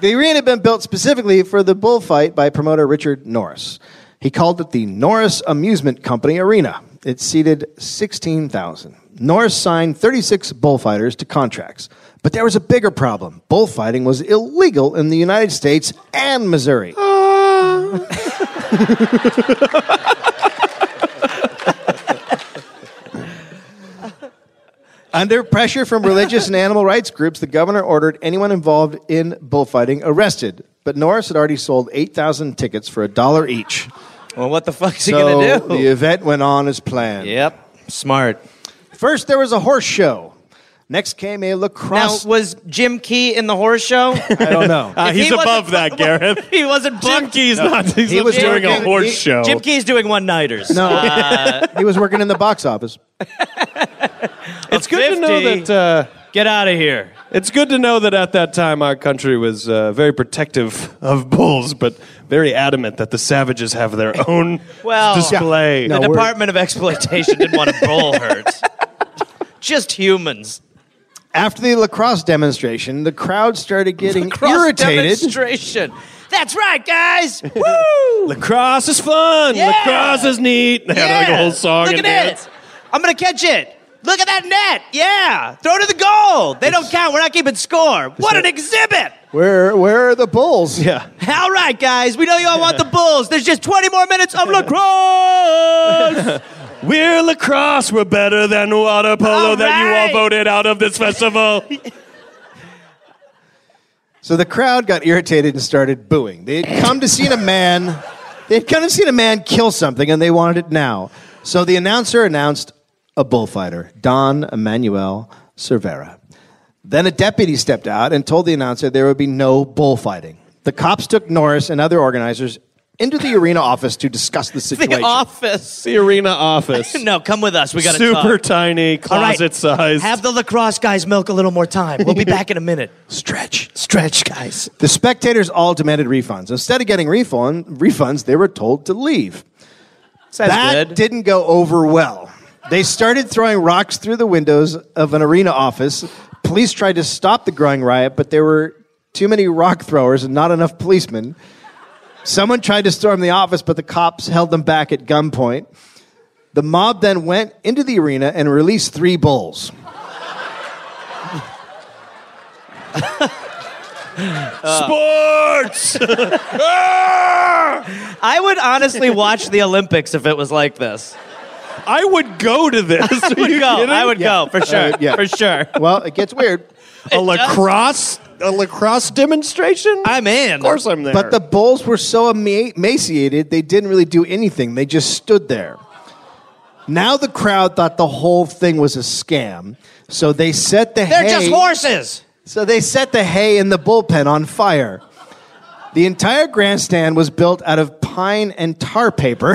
C: The arena had been built specifically for the bullfight by promoter Richard Norris. He called it the Norris Amusement Company Arena. It seated 16,000. Norris signed 36 bullfighters to contracts. But there was a bigger problem. Bullfighting was illegal in the United States and Missouri. Under pressure from religious and animal rights groups, the governor ordered anyone involved in bullfighting arrested. But Norris had already sold 8,000 tickets for a dollar each.
B: Well, what the fuck is he
C: So
B: gonna do?
C: the event went on as planned.
B: Yep. Smart.
C: First, there was a horse show. Next came a
B: Now,
C: lacrosse.
B: was Jim Key in the horse show?
C: I don't know.
D: Uh,
B: If
D: he's
B: he wasn't
D: above that,
B: bu-
D: Gareth.
B: he wasn't
D: Jim
B: booked.
D: Key's not. He's
C: He was
D: doing a
C: working-
D: horse
C: he-
D: show.
B: Jim Key's doing one nighters.
C: no, he was working in the box office.
D: It's good to know that. Uh,
B: Get out of here.
D: it's good to know that at that time our country was uh, very protective of bulls, but very adamant that the savages have their own
B: Well,
D: display.
C: Yeah. No,
B: the
C: we're-
B: Department of Exploitation didn't want to bull herds. Just humans.
C: After the lacrosse demonstration, the crowd started getting
B: Cross
C: irritated.
B: Demonstration. That's right, guys. Woo!
D: Lacrosse is fun.
B: Yeah.
D: Lacrosse is neat. They had like a whole song
B: Look
D: and
B: at
D: dance.
B: it. I'm gonna catch it. Look at that net. Yeah. Throw to the goal. They don't count. We're not keeping score. What an exhibit.
C: Where where are the bulls?
D: Yeah.
B: All right, guys. We know you all want the Bulls. There's just 20 more minutes of lacrosse.
D: We're lacrosse. We're better than water polo
B: All
D: that you all
B: right.
D: voted out of this festival.
C: So the crowd got irritated and started booing. They had come to see a man. They had come to see a man kill something, and they wanted it now. So the announcer announced a bullfighter, Don Emmanuel Cervera. Then a deputy stepped out and told the announcer there would be no bullfighting. The cops took Norris and other organizers into the arena office to discuss the situation.
B: the office.
D: the arena office.
B: No, come with us. We got to
D: Super
B: talk.
D: tiny,
B: All right.
D: closet size.
B: Have the lacrosse guys milk a little more time. We'll be back in a minute.
C: Stretch.
B: Stretch, guys.
C: The spectators all demanded refunds. Instead of getting refund, refunds, they were told to leave. that
B: good.
C: didn't go over well. They started throwing rocks through the windows of an arena office. Police tried to stop the growing riot, but there were too many rock throwers and not enough policemen. Someone tried to storm the office, but the cops held them back at gunpoint. The mob then went into the arena and released three bulls.
D: Sports. Ah!
B: I would honestly watch the Olympics if it was like this.
D: I would go to this. I
B: would go. I would go for sure.
C: Uh, yeah.
B: For sure.
C: Well, it gets weird.
D: A lacrosse, a lacrosse demonstration.
B: I'm in.
D: Of course, I'm there.
C: But the Bulls were so ema- emaciated, they didn't really do anything. They just stood there. Now the crowd thought the whole thing was a scam. So they set the
B: They're
C: hay.
B: just horses.
C: So they set the hay in the bullpen on fire. The entire grandstand was built out of pine and tar paper.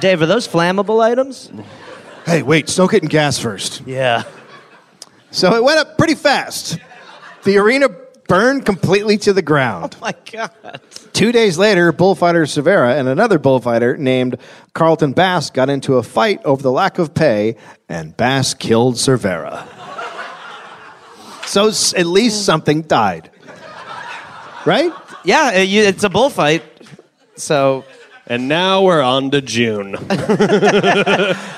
B: Dave, are those flammable items?
C: hey, wait, soak it in gas first.
B: Yeah.
C: So it went up pretty fast. The arena burned completely to the ground.
B: My God.
C: Two days later, bullfighter Severa and another bullfighter named Carlton Bass got into a fight over the lack of pay, and Bass killed Cervera. so s- at least something died. Right?
B: Yeah, it- you- it's a bullfight. So
D: and now we're on to June.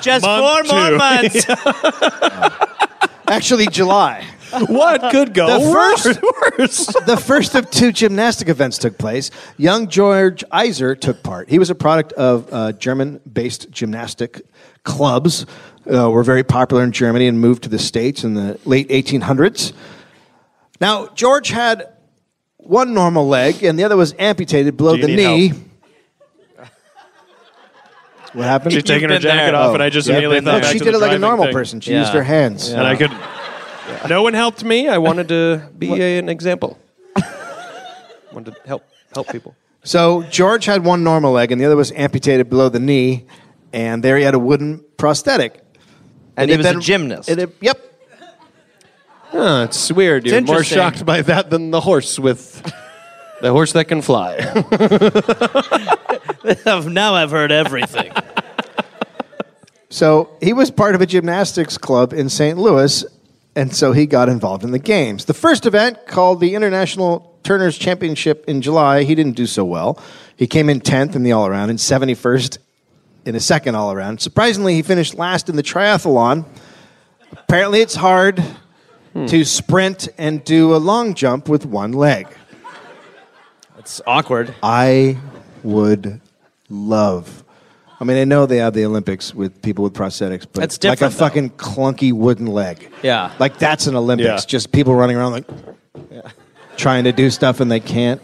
B: just
D: Month
B: four more
D: two.
B: months.
C: Actually, July.
D: what could go
C: The
D: worse?
C: first-
D: worse?
C: the first of two gymnastic events took place. Young George Iser took part. He was a product of uh, German based gymnastic clubs, uh, were very popular in Germany and moved to the States in the late 1800s. Now, George had one normal leg and the other was amputated below
D: Do you
C: the
D: need
C: knee. What happened?
D: She's taking her
B: been there.
D: jacket off,
C: Oh,
D: and I just
C: yeah,
D: immediately
C: but
D: thought
C: look,
D: back
C: she
D: to
C: did
D: the
C: it like a
D: driving
C: normal
D: thing.
C: person. She
B: Yeah.
C: used her hands.
D: and I could. No one helped me. I wanted to be a- an example. wanted to help help people.
C: So George had one normal leg and the other was amputated below the knee, and there he had a wooden prosthetic.
B: And he
C: it
B: was a
C: then-
B: gymnast.
C: it- it- yep.
D: Huh, it's weird. You're more
B: interesting.
D: shocked by that than the horse with the horse that can fly.
B: now I've heard everything.
C: So he was part of a gymnastics club in St. Louis, and so he got involved in the games. The first event, called the International Turners Championship in July, he didn't do so well. He came in 10th in the all around and 71st in a second all around. Surprisingly, he finished last in the triathlon. Apparently, it's hard to sprint and do a long jump with one leg.
B: It's awkward.
C: I would love. I mean, I know they have the Olympics with people with prosthetics, but
B: That's
C: like
B: different,
C: a
B: though.
C: fucking clunky wooden leg.
B: Yeah.
C: Like that's an Olympics.
D: Yeah.
C: Just people running around like trying to do stuff and they can't.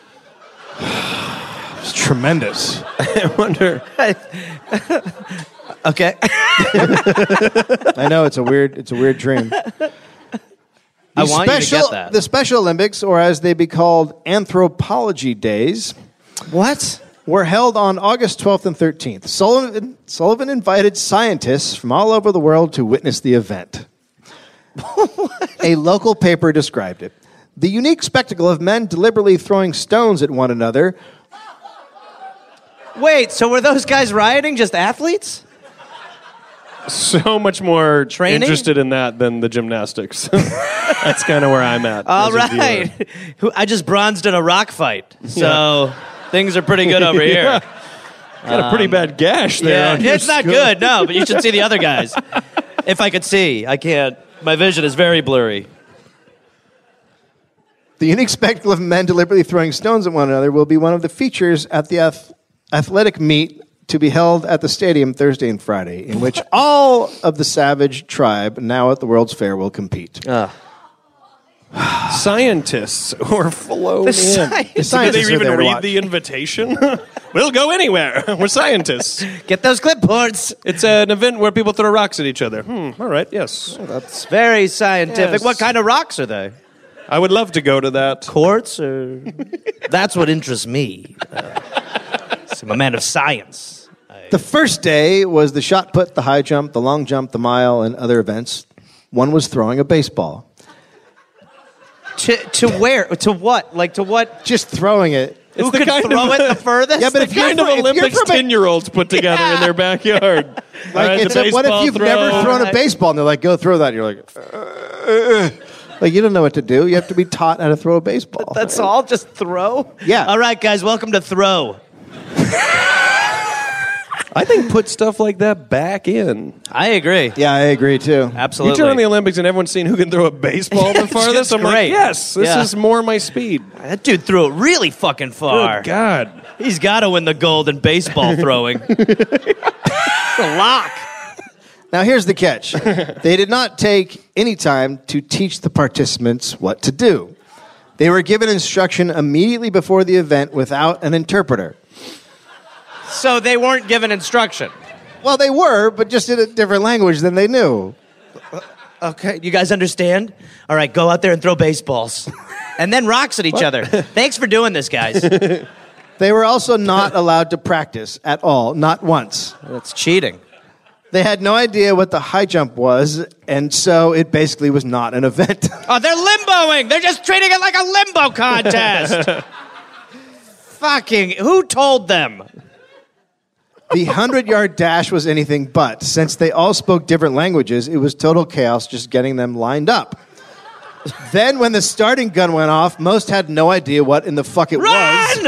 C: It's tremendous.
D: I wonder.
B: Okay.
C: I know it's a weird it's a weird dream.
B: I
C: The
B: want
C: special,
B: you to get that.
C: The Special Olympics, or as they be called, Anthropology Days.
B: what?
C: were held on August 12th and 13th. Sullivan, Sullivan invited scientists from all over the world to witness the event. a local paper described it. The unique spectacle of men deliberately throwing stones at one another.
B: Wait, so were those guys rioting just athletes?
D: so much more
B: Training?
D: interested in that than the gymnastics. That's kind of where I'm at.
B: All
D: as a viewer.
B: right. Who- I just bronzed in a rock fight. So things are pretty good over here.
D: Got a pretty bad gash there.
B: Um, Yeah,
D: on your
B: it's not
D: skull.
B: good, no, but you should see the other guys. if I could see, I can't. My vision is very blurry.
C: The unexpected of men deliberately throwing stones at one another will be one of the features at the ath- athletic meet to be held at the stadium Thursday and Friday, in which all of the savage tribe now at the World's Fair will compete.
D: Scientists or flown in.
C: The scientists
D: Did
C: are
D: they even
C: there to
D: read
C: watch.
D: the invitation? we'll go anywhere. We're scientists.
B: Get those clipboards.
D: It's an event where people throw rocks at each other. Hmm, all right, yes.
B: It's very scientific.
D: Yes.
B: What kind of rocks are they?
D: I would love to go to that.
B: Quartz or That's what interests me. Uh, I'm a man of science.
C: The first day was the shot put, the high jump, the long jump, the mile, and other events. One was throwing a baseball.
B: To, to where? To what? Like to what?
C: Just throwing it.
B: Who
D: the
B: could
D: kind
B: throw
D: of-
B: it the furthest?
C: Yeah, but
B: The
C: if you're
D: Kind of
C: from- if you're
D: Olympics
C: from a-
D: 10 year olds put together in their backyard. Like,
C: Like, it's a, what if you've never thrown a
B: Right.
C: baseball and they're like, go throw that? And you're like, "Uh, like, you don't know what to do. You have to be taught how to throw a baseball.
B: That's all? Just throw?
C: Yeah.
B: All right, guys, welcome to Throw.
D: I think put stuff like that back in.
B: I agree.
C: Yeah, I agree too.
B: Absolutely.
D: You turn on the Olympics and everyone's seen who can throw a baseball the
B: It's
D: farthest.
B: just
D: I'm
B: great.
D: like, yes, this
B: Yeah.
D: is more my speed.
B: that dude threw it really fucking far.
D: Good God.
B: He's got to win the gold in baseball throwing. it's a lock.
C: Now, here's the catch they did not take any time to teach the participants what to do. They were given instruction immediately before the event without an interpreter.
B: So they weren't given instruction.
C: Well, they were, but just in a different language than they knew.
B: Okay, you guys understand? All right, go out there and throw baseballs. And then rocks at each other. Thanks for doing this, guys.
C: They were also not allowed to practice at all, not once.
B: That's cheating.
C: They had no idea what the high jump was, and so it basically was not an event.
B: Oh, they're limboing. They're just treating it like a limbo contest. Fucking, who told them?
C: the 100 yard dash was anything but. Since they all spoke different languages, it was total chaos just getting them lined up. Then, when the starting gun went off, most had no idea what in the fuck it was
B: Run!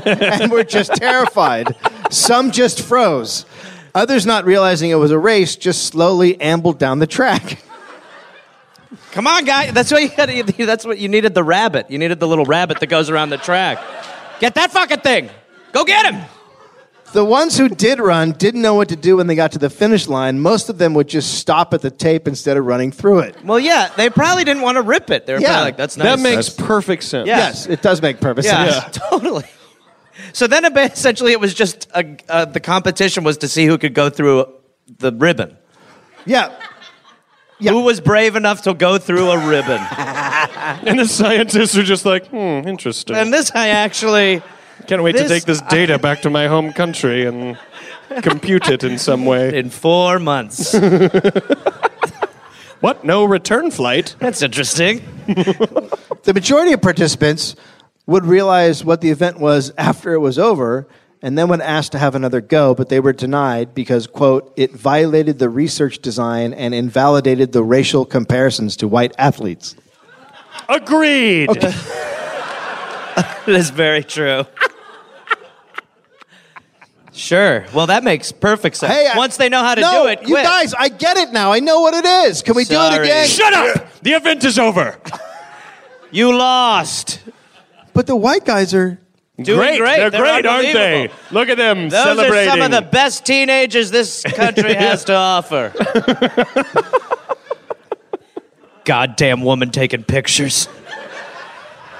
B: anyway!
C: and were just terrified. Some just froze. Others, not realizing it was a race, just slowly ambled down the track.
B: Come on, guy. That's what you had. That's what you needed. The rabbit. You needed the little rabbit that goes around the track. Get that fucking thing. Go get him.
C: The ones who did run didn't know what to do when they got to the finish line. Most of them would just stop at the tape instead of running through it.
B: Well, yeah, they probably didn't want to rip it. They were
C: Yeah.
B: probably like, "That's nice."
D: That makes perfect sense.
B: Yeah.
C: Yes, it does make perfect
B: yeah,
C: sense.
B: totally. So then, it ba- essentially, it was just a, uh, the competition was to see who could go through the ribbon.
C: Yeah.
B: Who was brave enough to go through a ribbon?
D: And the scientists are just like, hmm, interesting.
B: and this, I actually,
D: Can't wait
B: this-
D: to take this data back to my home country and compute it in some way.
B: in four months.
D: What? No return flight?
B: That's interesting.
C: The majority of participants would realize what the event was after it was over and then when asked to have another go, but they were denied because, quote, it violated the research design and invalidated the racial comparisons to white athletes.
D: Agreed.
B: That is very true. Sure. Well, that makes perfect sense.
C: Hey, I-
B: Once they know how to
C: No,
B: do it,
C: You
B: quit.
C: guys, I get it now. I know what it is. Can we do it
B: Sorry.
C: again?
D: Shut up! The event is over.
B: You lost.
C: But the white guys are
B: Doing great.
D: They're, great, aren't they?
B: unbelievable.
D: Look at them
B: Those are
D: celebrating.
B: some of the best teenagers this country has to offer. Goddamn woman taking pictures.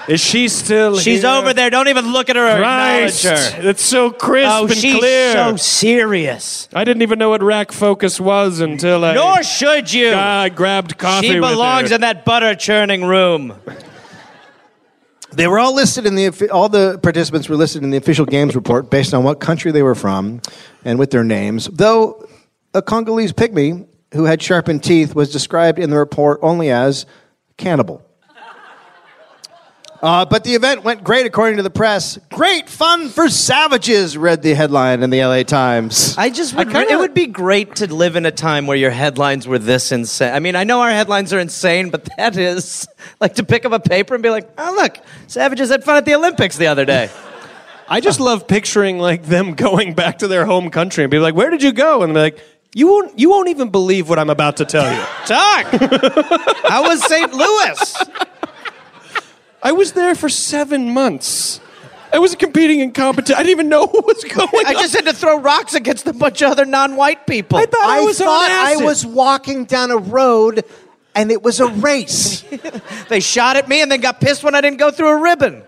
D: is she still
B: She's
D: here?
B: over there. Don't even look at her or acknowledge
D: Christ.
B: her.
D: It's so crisp
B: Oh,
D: and
B: she's
D: clear.
B: so serious.
D: I didn't even know what rack focus was until I
B: Nor should you.
D: I grabbed coffee.
B: she belongs in that butter churning room.
C: They were all listed in the all the participants were listed in the official games report based on what country they were from, and with their names. Though a Congolese pygmy who had sharpened teeth was described in the report only as cannibal. Uh, but the event went great, according to the press. Great fun for savages, read the headline in the LA Times.
B: I just would, it would be great to live in a time where your headlines were this insane. I mean, I know our headlines are insane, but that is like to pick up a paper and be like, "Oh, look, savages had fun at the Olympics the other day."
D: I just love picturing like them going back to their home country and be like, "Where did you go?" And they're like, "You won't, you won't even believe what I'm about to tell you."
B: Doc, how was St. Louis?
D: I was there for seven months. I was competing in competition. I didn't even know what was going
B: I
D: on.
B: just had to throw rocks against a bunch of other non-white people.
D: I thought I, was on acid.
C: walking down a road and it was a race.
B: They shot at me and then got pissed when I didn't go through a ribbon.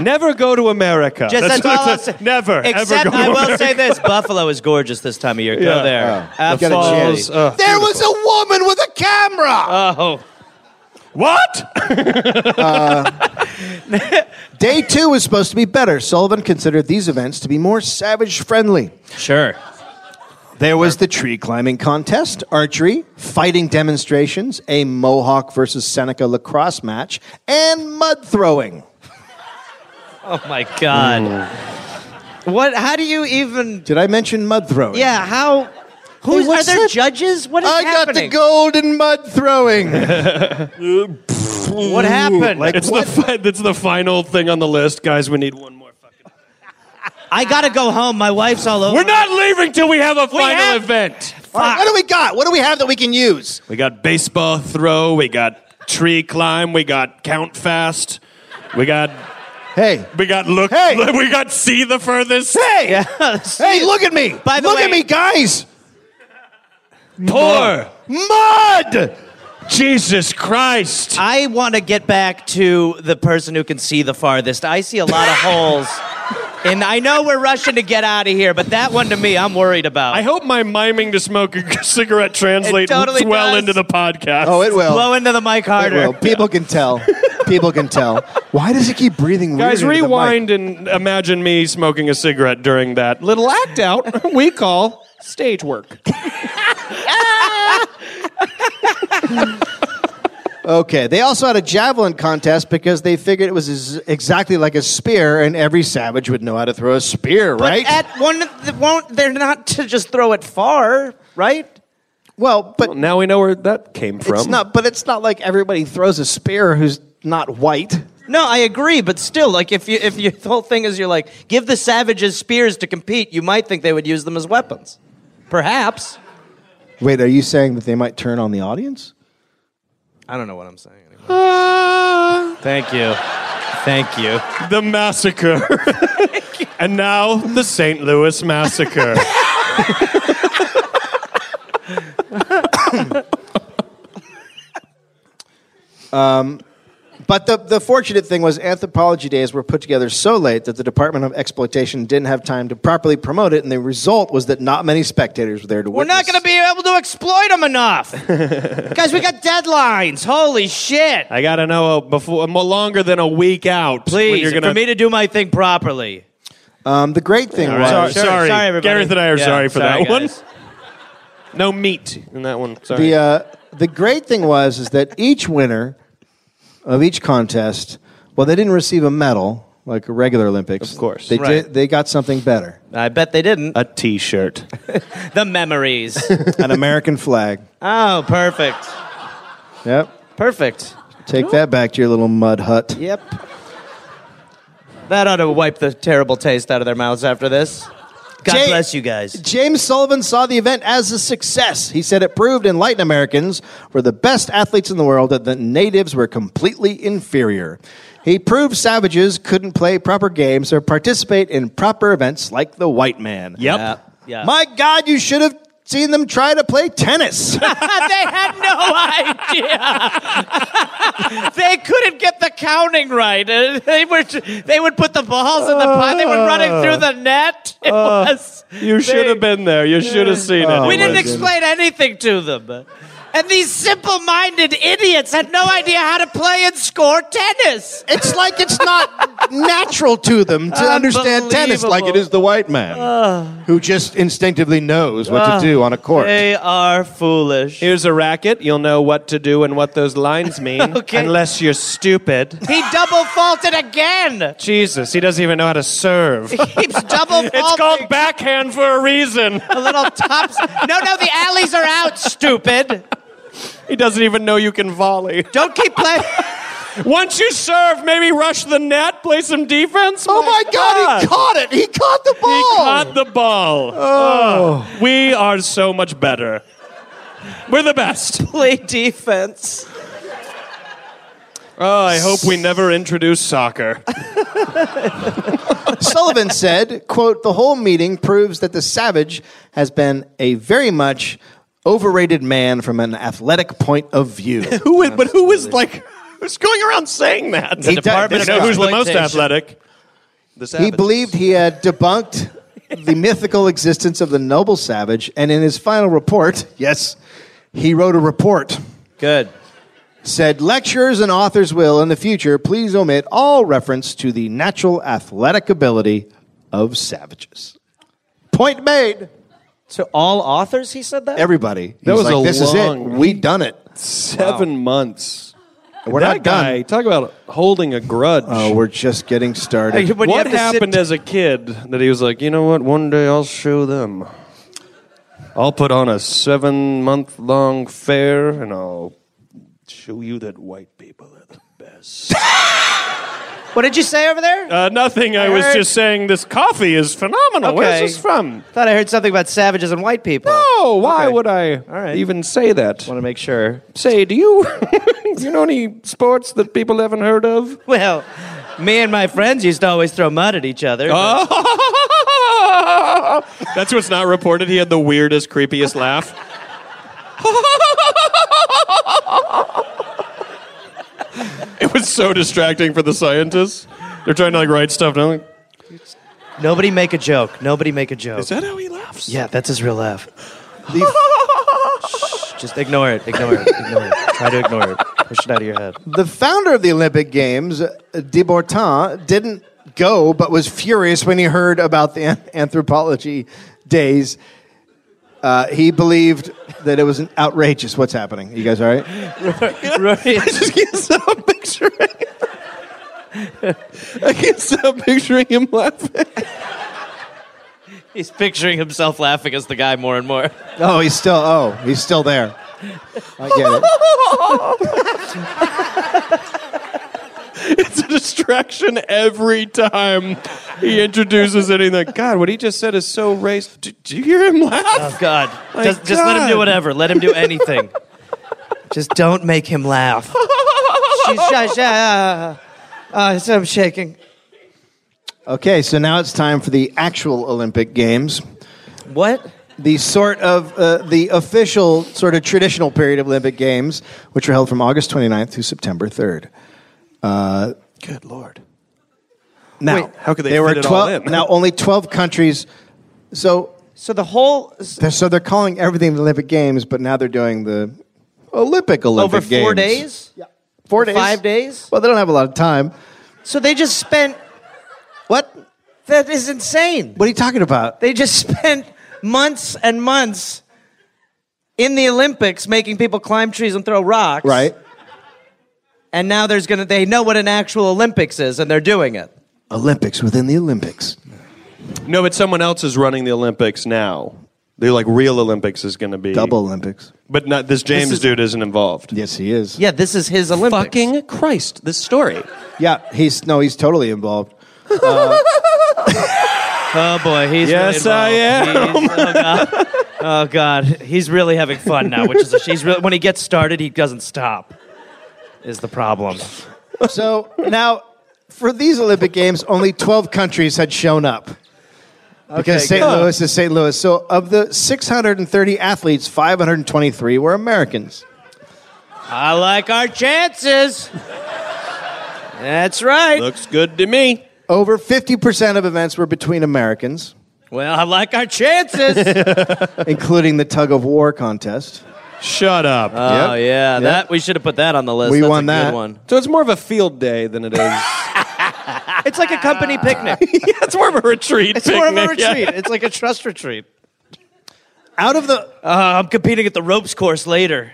D: Never go to America.
B: Just
D: That's
B: that's all
D: what
B: I'll
D: it says.
B: say.
D: Never.
B: Except
D: ever go
B: I
D: to
B: will
D: America.
B: say this: Buffalo is gorgeous this time of year.
D: Yeah.
B: Go there.
C: Yeah. Oh. Got a
B: Absolutely.
C: chance.
D: Ugh.
C: there was a woman with a camera.
B: Oh,
D: What?
C: Day two was supposed to be better. Sullivan considered these events to be more savage friendly.
B: sure.
C: There was the tree climbing contest, archery, fighting demonstrations, a Mohawk versus Seneca lacrosse match, and mud throwing.
B: Oh my God.
C: Mm.
B: What? How do you even?
C: Did I mention mud throwing?
B: Yeah. How? Who's are
C: what's
B: there
C: that?
B: judges? What is
C: I got the
B: happening?
C: golden mud throwing.
B: What happened?
D: It's the, fi- it's the final thing on the list. Guys, we need one more. fucking-
B: I gotta go home. My wife's all over.
D: We're not leaving till we have a final
B: have-
D: event.
C: All right, what do we got? What do we have that we can use?
D: We got baseball throw. We got tree climb. We got count fast. We got
C: Hey,
D: we got look.
C: Hey!
D: We got see the furthest.
C: hey,
B: Yes.
C: hey! Look at me.
B: By the
C: look at
B: way-
C: me, guys.
D: Pour
C: Mud.
D: Jesus Christ.
B: I want to get back to the person who can see the farthest. I see a lot of holes. And I know we're rushing to get out of here, but that one to me, I'm worried about.
D: I hope my miming to smoke a cigarette translates
B: totally
D: well
B: does.
D: into the podcast.
C: Oh, it will.
B: Blow into the mic
C: It
B: harder.
C: will. People can tell. People can tell. Why does he keep breathing?
D: Guys,
C: weird into the mic?
D: rewind and imagine me smoking a cigarette during that little act out we call stage work.
C: Okay. They also had a javelin contest because they figured it was as- exactly like a spear, and every savage would know how to throw a spear,
B: But
C: right?
B: at one, th- won't they're not to just throw it far, right?
C: well, but
D: Now we know where that came from.
C: it's not. But it's not like everybody throws a spear who's not white.
B: No, I agree, but still, like if you if you, the whole thing is you're like give the savages spears to compete, you might think they would use them as weapons, perhaps.
C: Wait, are you saying that they might turn on the audience?
B: I don't know what I'm saying anymore. Thank you, thank you.
D: the massacre. and now the St. Louis massacre.
C: But the, the fortunate thing was anthropology days were put together so late that the Department of Exploitation didn't have time to properly promote it, and the result was that not many spectators were there to
B: We're not going to be able to exploit them enough, guys. We got deadlines. Holy shit!
D: I gotta know uh, before mo- longer than a week out. when
B: Please,
D: you're gonna.
B: for me to do my thing properly.
C: Um, the great thing was
D: Sorry,
B: Sure,
D: sorry,
B: sorry, everybody.
D: Gareth and I are
B: Yeah,
D: sorry for
B: sorry,
D: that one.
B: guys.
D: No meat in that one. Sorry.
C: the uh, the great thing was is that each winner of each contest, well, they didn't receive a medal like a regular Olympics. Of
D: course.
C: they
B: Right.
C: did, they got something better,
B: I bet they didn't.
D: a T-shirt.
B: the memories.
C: an American flag.
B: oh, perfect,
C: Yep,
B: perfect.
C: take that back to your little mud hut.
B: Yep. That ought to wipe the terrible taste out of their mouths after this. God
C: Jay-
B: bless you guys.
C: James Sullivan saw the event as a success. He said it proved enlightened Americans were the best athletes in the world and that natives were completely inferior. He proved savages couldn't play proper games or participate in proper events like the white man.
D: Yep.
B: Yeah.
C: My God, you should have seen them try to play tennis.
B: they had no idea. they couldn't get the counting right. Uh, They were they would put the balls in the pot. They were running through the net. It was
D: You should have been there. You should have seen it.
B: We
D: It
B: didn't
D: was-
B: explain anything to them. And these simple-minded idiots had no idea how to play and score tennis.
C: it's like it's not natural to them to understand tennis like it is the white man who just instinctively knows what to do. do on a court.
B: They are foolish.
D: Here's a racket. You'll know what to do and what those lines mean,
B: Okay.
D: unless you're stupid.
B: He double faulted again.
D: Jesus, he doesn't even know how to serve.
B: He keeps double faulting.
D: It's called backhand for a reason.
B: a little tops. No, no, the alleys are out. Stupid.
D: He doesn't even know you can volley.
B: Don't keep playing.
D: Once you serve, maybe rush the net, play some defense.
C: oh my God, he caught it. He caught the ball.
D: He caught the ball. Oh. we are so much better. We're the best.
B: Play defense.
D: Oh, I hope we never introduce soccer.
C: Sullivan said, quote, the whole meeting proves that the savage has been a very much overrated man from an athletic point of view.
D: Who? Would, but who is like? Who's going around saying that? The
B: Department
D: You know
B: of
D: who's the most
B: Exploitation.
D: athletic? The
C: he
D: Savages.
C: believed he had debunked the mythical existence of the noble savage, and in his final report, yes, he wrote a report.
B: Good.
C: Said lecturers and authors will, in the future, please omit all reference to the natural athletic ability of savages. Point made.
B: To all authors, he said that.
C: Everybody. That
D: was
C: like,
D: a
C: this is
D: long-
C: it. We done it.
D: seven months.
C: We're
D: that
C: not done.
D: guy, talk about holding a grudge.
C: Oh, we're just getting started.
B: Hey, but you have
D: what
B: to sit
D: happened
B: t-
D: as a kid that he was like, you know what? One day I'll show them. I'll put on a seven month long fair and I'll show you that white people are the best.
B: what did you say over there?
D: uh, nothing. I, was
B: heard-
D: just saying this coffee is phenomenal. Where's
B: Okay.
D: this from?
B: Thought I heard something about savages and white people.
D: Oh, why
B: Okay.
D: would I
B: right.
D: even say that?
B: Want to make sure.
D: Say, do you do you know any sports that people haven't heard of?
B: Well, me and my friends used to always throw mud at each other.
D: That's what's not reported. He had the weirdest, creepiest laugh. it was so distracting for the scientists. They're trying to like write stuff down. Like,
B: Nobody make a joke. Nobody make a joke.
D: Is that how he laughs?
B: yeah, that's his real laugh. Shh, Just ignore it. Ignore it. Ignore it. Try to ignore it. Push it out of your head.
C: The founder of the Olympic Games, uh, Debortin, didn't go but was furious when he heard about the an- anthropology days. Uh, he believed that it was an outrageous. What's happening? You guys all right?
D: just can't stop picturing. I can't stop picturing him laughing.
B: He's picturing himself laughing as the guy more and more.
C: Oh, he's still. Oh, he's still there. I get it.
D: It's a distraction every time he introduces anything. God, what he just said is so racist. Did, did you hear him laugh?
B: Oh God!
D: My
B: just, just let him do
D: God.
B: whatever. Let him do anything. just don't make him laugh. She's shy, shy. Uh, uh, so I'm shaking.
C: Okay, so now it's time for the actual Olympic Games.
B: What?
C: the sort of uh, the official sort of traditional period of Olympic Games, which were held from August 29th to September 3rd.
D: Good lord.
C: Now,
D: Wait, how could they
C: there
D: fit
C: were
D: it all
C: 12,
D: in?
C: Now only 12 countries. So
B: So the whole s-
C: they're, so they're calling everything the Olympic Games, but now they're doing the Olympic Olympic
B: over
C: Games.
B: four days,
C: Four days.
B: five days.
C: Well, they don't have a lot of time.
B: So they just spent.
C: What?
B: That is insane.
C: What are you talking about?
B: They just spent months and months in the Olympics making people climb trees and throw rocks.
C: Right.
B: And now there's gonna. They know what an actual Olympics is, and they're doing it.
C: Olympics within the Olympics.
D: No, but someone else is running the Olympics now. The like real Olympics is going to be
C: Double Olympics.
D: but not this James
B: is-
D: dude isn't involved.
C: Yes, he is.
B: Yeah, this is his Olympics.
D: Fucking Christ, this story.
C: Yeah, he's no, he's totally involved.
B: Oh boy, he's
D: Yes,
B: really
D: I am.
B: involved. He's- oh, god. oh god, he's really having fun now, which is a, he's really, when he gets started, he doesn't stop. Is the problem?
C: So now, for these Olympic Games, only 12 countries had shown up because St.
B: good.
C: Louis is St. Louis. So of the 630 athletes, 523 were Americans.
B: I like our chances. That's right.
D: Looks good to me.
C: Over 50% of events were between Americans,
B: Well, I like our chances.
C: including the tug of war contest.
D: Shut up.
B: oh yeah,
C: Yep. Yep.
B: that we should have put that on the list.
C: We
B: That's
C: won
B: a
C: that.
B: Good one.
D: so it's more of a field day than it is.
B: It's like a company picnic.
D: it's more of a retreat.
B: It's more of a
D: picnic, yeah.
B: retreat. It's like a trust retreat.
C: out of the
B: Uh, I'm competing at the ropes course later.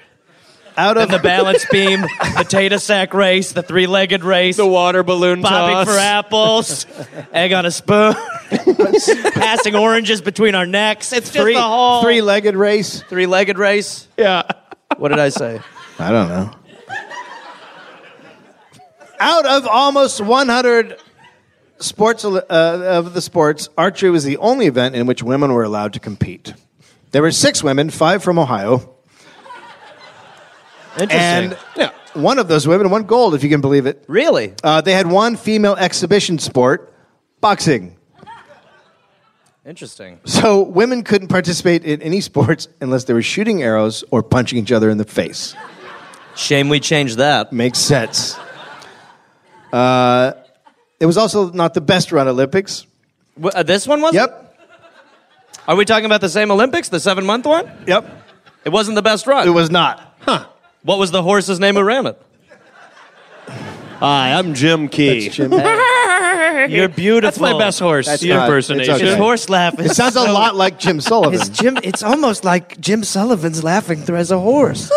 C: out of
B: And the balance beam, potato sack race, the three legged race,
D: The water balloon
B: bobbing
D: toss.
B: for apples, egg on a spoon, passing oranges between our necks. It's just
E: Three-
B: the whole
C: three legged race.
B: three legged race.
D: Yeah.
B: What did I say?
C: I don't know. Out of almost 100 sports uh, of the sports, archery was the only event in which women were allowed to compete. There were six women, five from Ohio,
B: Interesting.
C: and one of those women won gold, if you can believe it.
B: really?
C: Uh, they had one female exhibition sport, boxing.
B: Interesting.
C: So women couldn't participate in any sports unless they were shooting arrows or punching each other in the face.
B: Shame we changed that.
C: Makes sense. Uh, it was also not the best run Olympics.
B: Wh- uh, this one was?
C: Yep.
B: Are we talking about the same Olympics, the seven month one?
C: Yep.
B: It wasn't the best run.
C: It was not.
B: what was the horse's name who ran it?
D: Hi, I'm Jim Key.
C: Jim.
B: You're beautiful.
D: my best horse
C: That's not-
D: impersonation.
C: it's okay.
B: His horse laugh
C: It
B: is
C: sounds a
B: so-
C: lot like Jim Sullivan.
B: It's Jim. It's almost like Jim Sullivan's laughing through as a horse.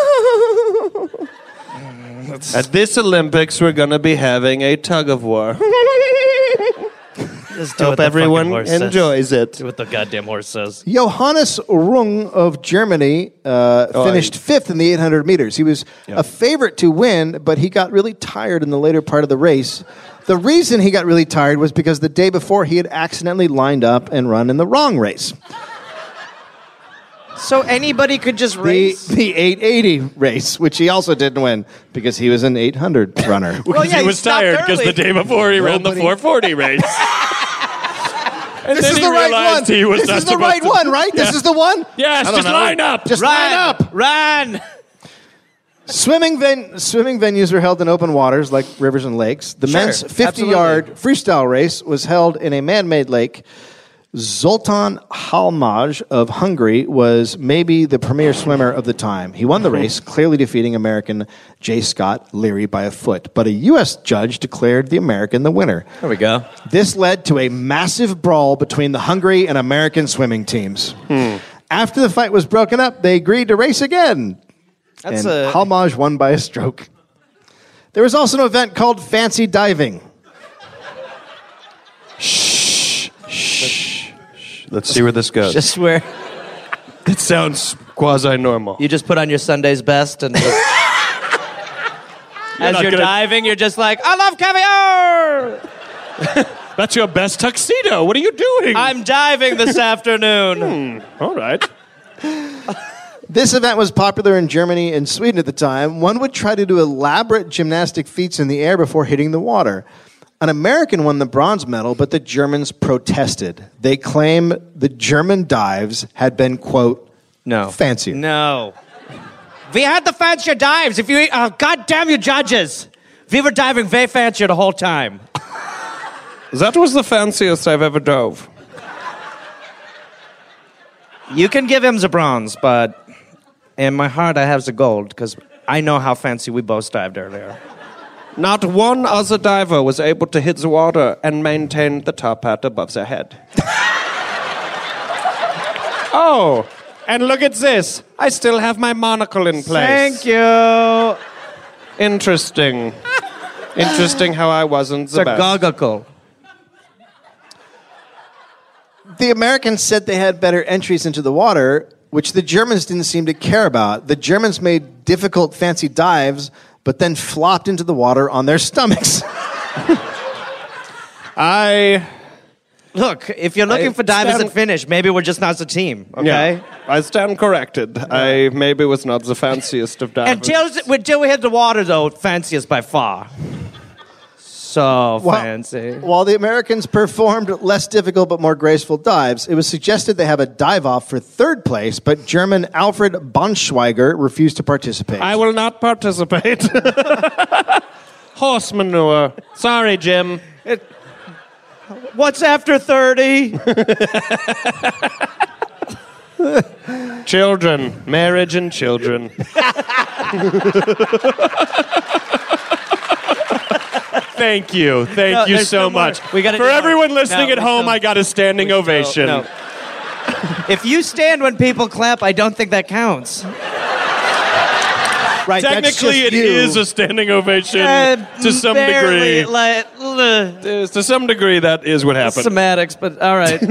D: At this Olympics, we're going to be having a tug of war.
B: Just do what
D: Hope
B: the
D: everyone
B: fucking horse says.
D: enjoys it.
B: Do what the goddamn horse says.
C: Johannes Rung of Germany uh, finished fifth in the 800 meters. He was a favorite to win, but he got really tired in the later part of the race. The reason he got really tired was because the day before he had accidentally lined up and run in the wrong race
B: So anybody could just
C: the,
B: race.
C: the 880 race, which he also didn't win because he was an 800 runner.
B: Well, yeah,
D: Oh, he
B: he
D: was
B: stopped
D: tired because
B: early.
D: the day before he ran the
C: Nobody-
D: 440 race. and
C: This
D: then
C: is
D: he
C: the right one.
D: realized he was
C: This
D: not
C: is the
D: supposed
C: right
D: to-
C: one, right? This is the one.
D: Yes,
C: I don't
D: just
C: know.
D: line up.
C: Just
B: Run
C: line up.
B: Run.
C: Swimming ven- swimming venues were held in open waters like rivers and lakes. The men's 50
B: absolutely.
C: yard freestyle race was held in a man made lake. Zoltan Halmaj of Hungary was maybe the premier swimmer of the time. He won the race, clearly defeating American J. Scott Leary by a foot, but a U.S. judge declared the American the winner.
B: There we go.
C: This led to a massive brawl between the Hungary and American swimming teams. After the fight was broken up, they agreed to race again.
B: That's
C: and
B: a-
C: Homage won by a stroke. There was also an event called Fancy Diving.
D: Let's see where this goes.
B: Just where
D: it sounds quasi normal.
B: you just put on your Sunday's best and. just- As
D: not
B: you're
D: gonna-
B: diving, you're just like, I love caviar!
D: That's your best tuxedo. What are you doing?
B: I'm diving this afternoon.
D: All right.
C: This event was popular in Germany and Sweden at the time. One would try to do elaborate gymnastic feats in the air before hitting the water. An American won the bronze medal, but the Germans protested. They claim the German dives had been, quote,
B: No.
C: fancier.
B: No. We had the fancier dives. If you, oh, God damn you, judges. We were diving way fancier the whole time.
D: That was the fanciest I've ever dove.
B: You can give him the bronze, but in my heart, I have the gold because I know how fancy we both dived earlier.
D: Not one other diver was able to hit the water and maintain the top hat above their head. oh, and look at this. I still have my monocle in place.
B: Thank you.
D: Interesting. Interesting how I wasn't the best.
B: Goggle.
C: The Americans said they had better entries into the water, which the Germans didn't seem to care about. The Germans made difficult, fancy dives, but then flopped into the water on their stomachs.
D: I
B: Look, if you're looking
D: I
B: for divers
D: stand-
B: at finish, maybe we're just not the team, okay?
D: yeah, I stand corrected. I maybe was not the fanciest of divers.
B: Until, until we hit the water, though, fanciest by far. So fancy.
C: While the Americans performed less difficult but more graceful dives, it was suggested they have a dive off for third place, but German Alfred Bonschweiger refused to participate.
D: I will not participate. Horse manure. Sorry, Jim.
B: What's after 30?
D: Children, marriage, and children. Thank you. Thank
B: No,
D: you
B: there's
D: so
B: no more.
D: much.
B: We gotta
D: For
B: do more.
D: everyone listening
B: No,
D: at
B: we
D: home,
B: still-
D: I got a standing ovation.
B: no. if you stand when people clap, I don't think that counts.
C: Right.
D: Technically, it is a standing ovation to some
B: Uh, barely,
D: degree.
B: Like, uh,
D: to some degree, that is what happened.
B: semantics, but all right.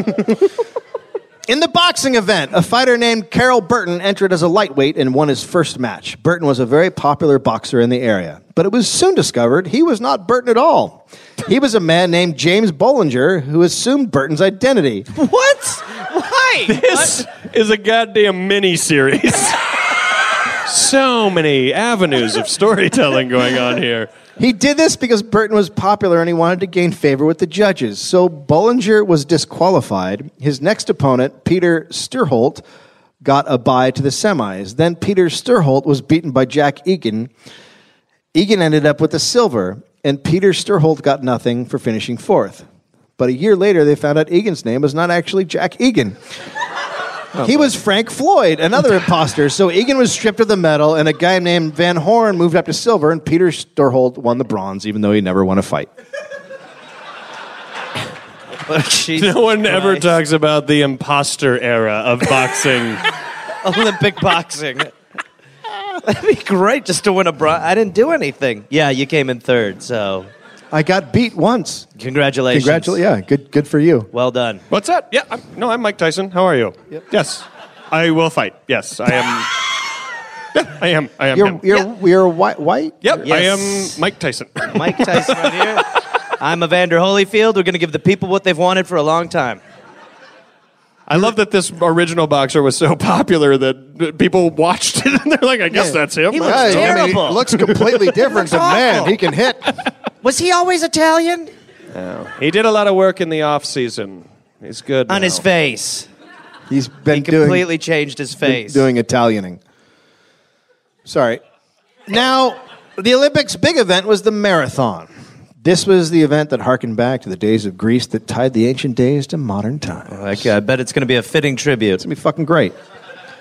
C: In the boxing event, a fighter named Carol Burton entered as a lightweight and won his first match. Burton was a very popular boxer in the area, but it was soon discovered he was not Burton at all. He was a man named James Bollinger who assumed Burton's identity.
B: what? Why?
D: This is a goddamn mini series. so many avenues of storytelling going on here.
C: He did this because Burton was popular and he wanted to gain favor with the judges. So Bollinger was disqualified. His next opponent, Peter Sterholt, got a bye to the semis. Then Peter Sterholt was beaten by Jack Egan. Egan ended up with the silver, and Peter Sterholt got nothing for finishing fourth. But a year later, they found out Egan's name was not actually Jack Egan. He was Frank Floyd, another imposter. So Egan was stripped of the medal, and a guy named Van Horn moved up to silver, and Peter Storholt won the bronze, even though he never won a fight.
B: Jeez.
D: No one ever talks about the imposter era of boxing.
B: Olympic boxing. That'd be great just to win a bronze. I didn't do anything. Yeah, you came in third, so
C: I got beat once.
B: congratulations.
C: Congratulations. Yeah, good, good for you.
B: Well done.
D: What's that? Yeah, I'm, no, I'm Mike Tyson. How are you? Yes, I will fight. Yes, I am. Yeah, I am. I am.
C: You're,
D: him.
C: you're, you're white, white?
D: Yep,
B: Yes.
D: I am Mike Tyson.
B: Mike Tyson right here. I'm Evander Holyfield. We're going to give the people what they've wanted for a long time.
D: I love that this original boxer was so popular that people watched it and they're like, I guess that's him.
B: He was-
C: Hey, I mean,
B: terrible.
C: he looks completely different than man. He can hit.
B: Was he always Italian?
D: He did a lot of work in the off season. He's good
B: On
D: now.
B: his face.
C: He's been
B: He
C: doing-
B: completely changed his face.
C: doing Italianing. Sorry. Now, the Olympics' big event was the marathon. This was the event that harkened back to the days of Greece that tied the ancient days to modern times.
B: Like, I bet it's going to be a fitting tribute.
C: It's gonna be fucking great.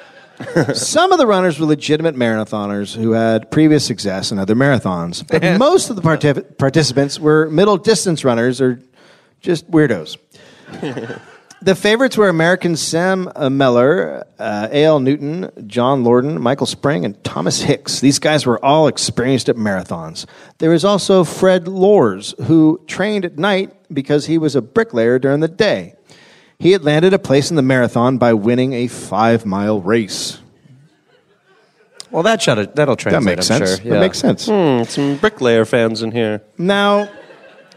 C: Some of the runners were legitimate marathoners who had previous success in other marathons, but most of the partif- participants were middle distance runners or just weirdos. the favorites were Americans Sam uh, Meller, uh, A.L. Newton, John Lorden, Michael Spring, and Thomas Hicks. These guys were all experienced at marathons. There was also Fred Lors, who trained at night because he was a bricklayer during the day. He had landed a place in the marathon by winning a five mile race.
B: Well, that shut it, that'll translate,
C: That makes
B: I'm
C: sense.
B: sure. Yeah.
C: That makes sense.
D: Some bricklayer fans in here.
C: Hmm. Now,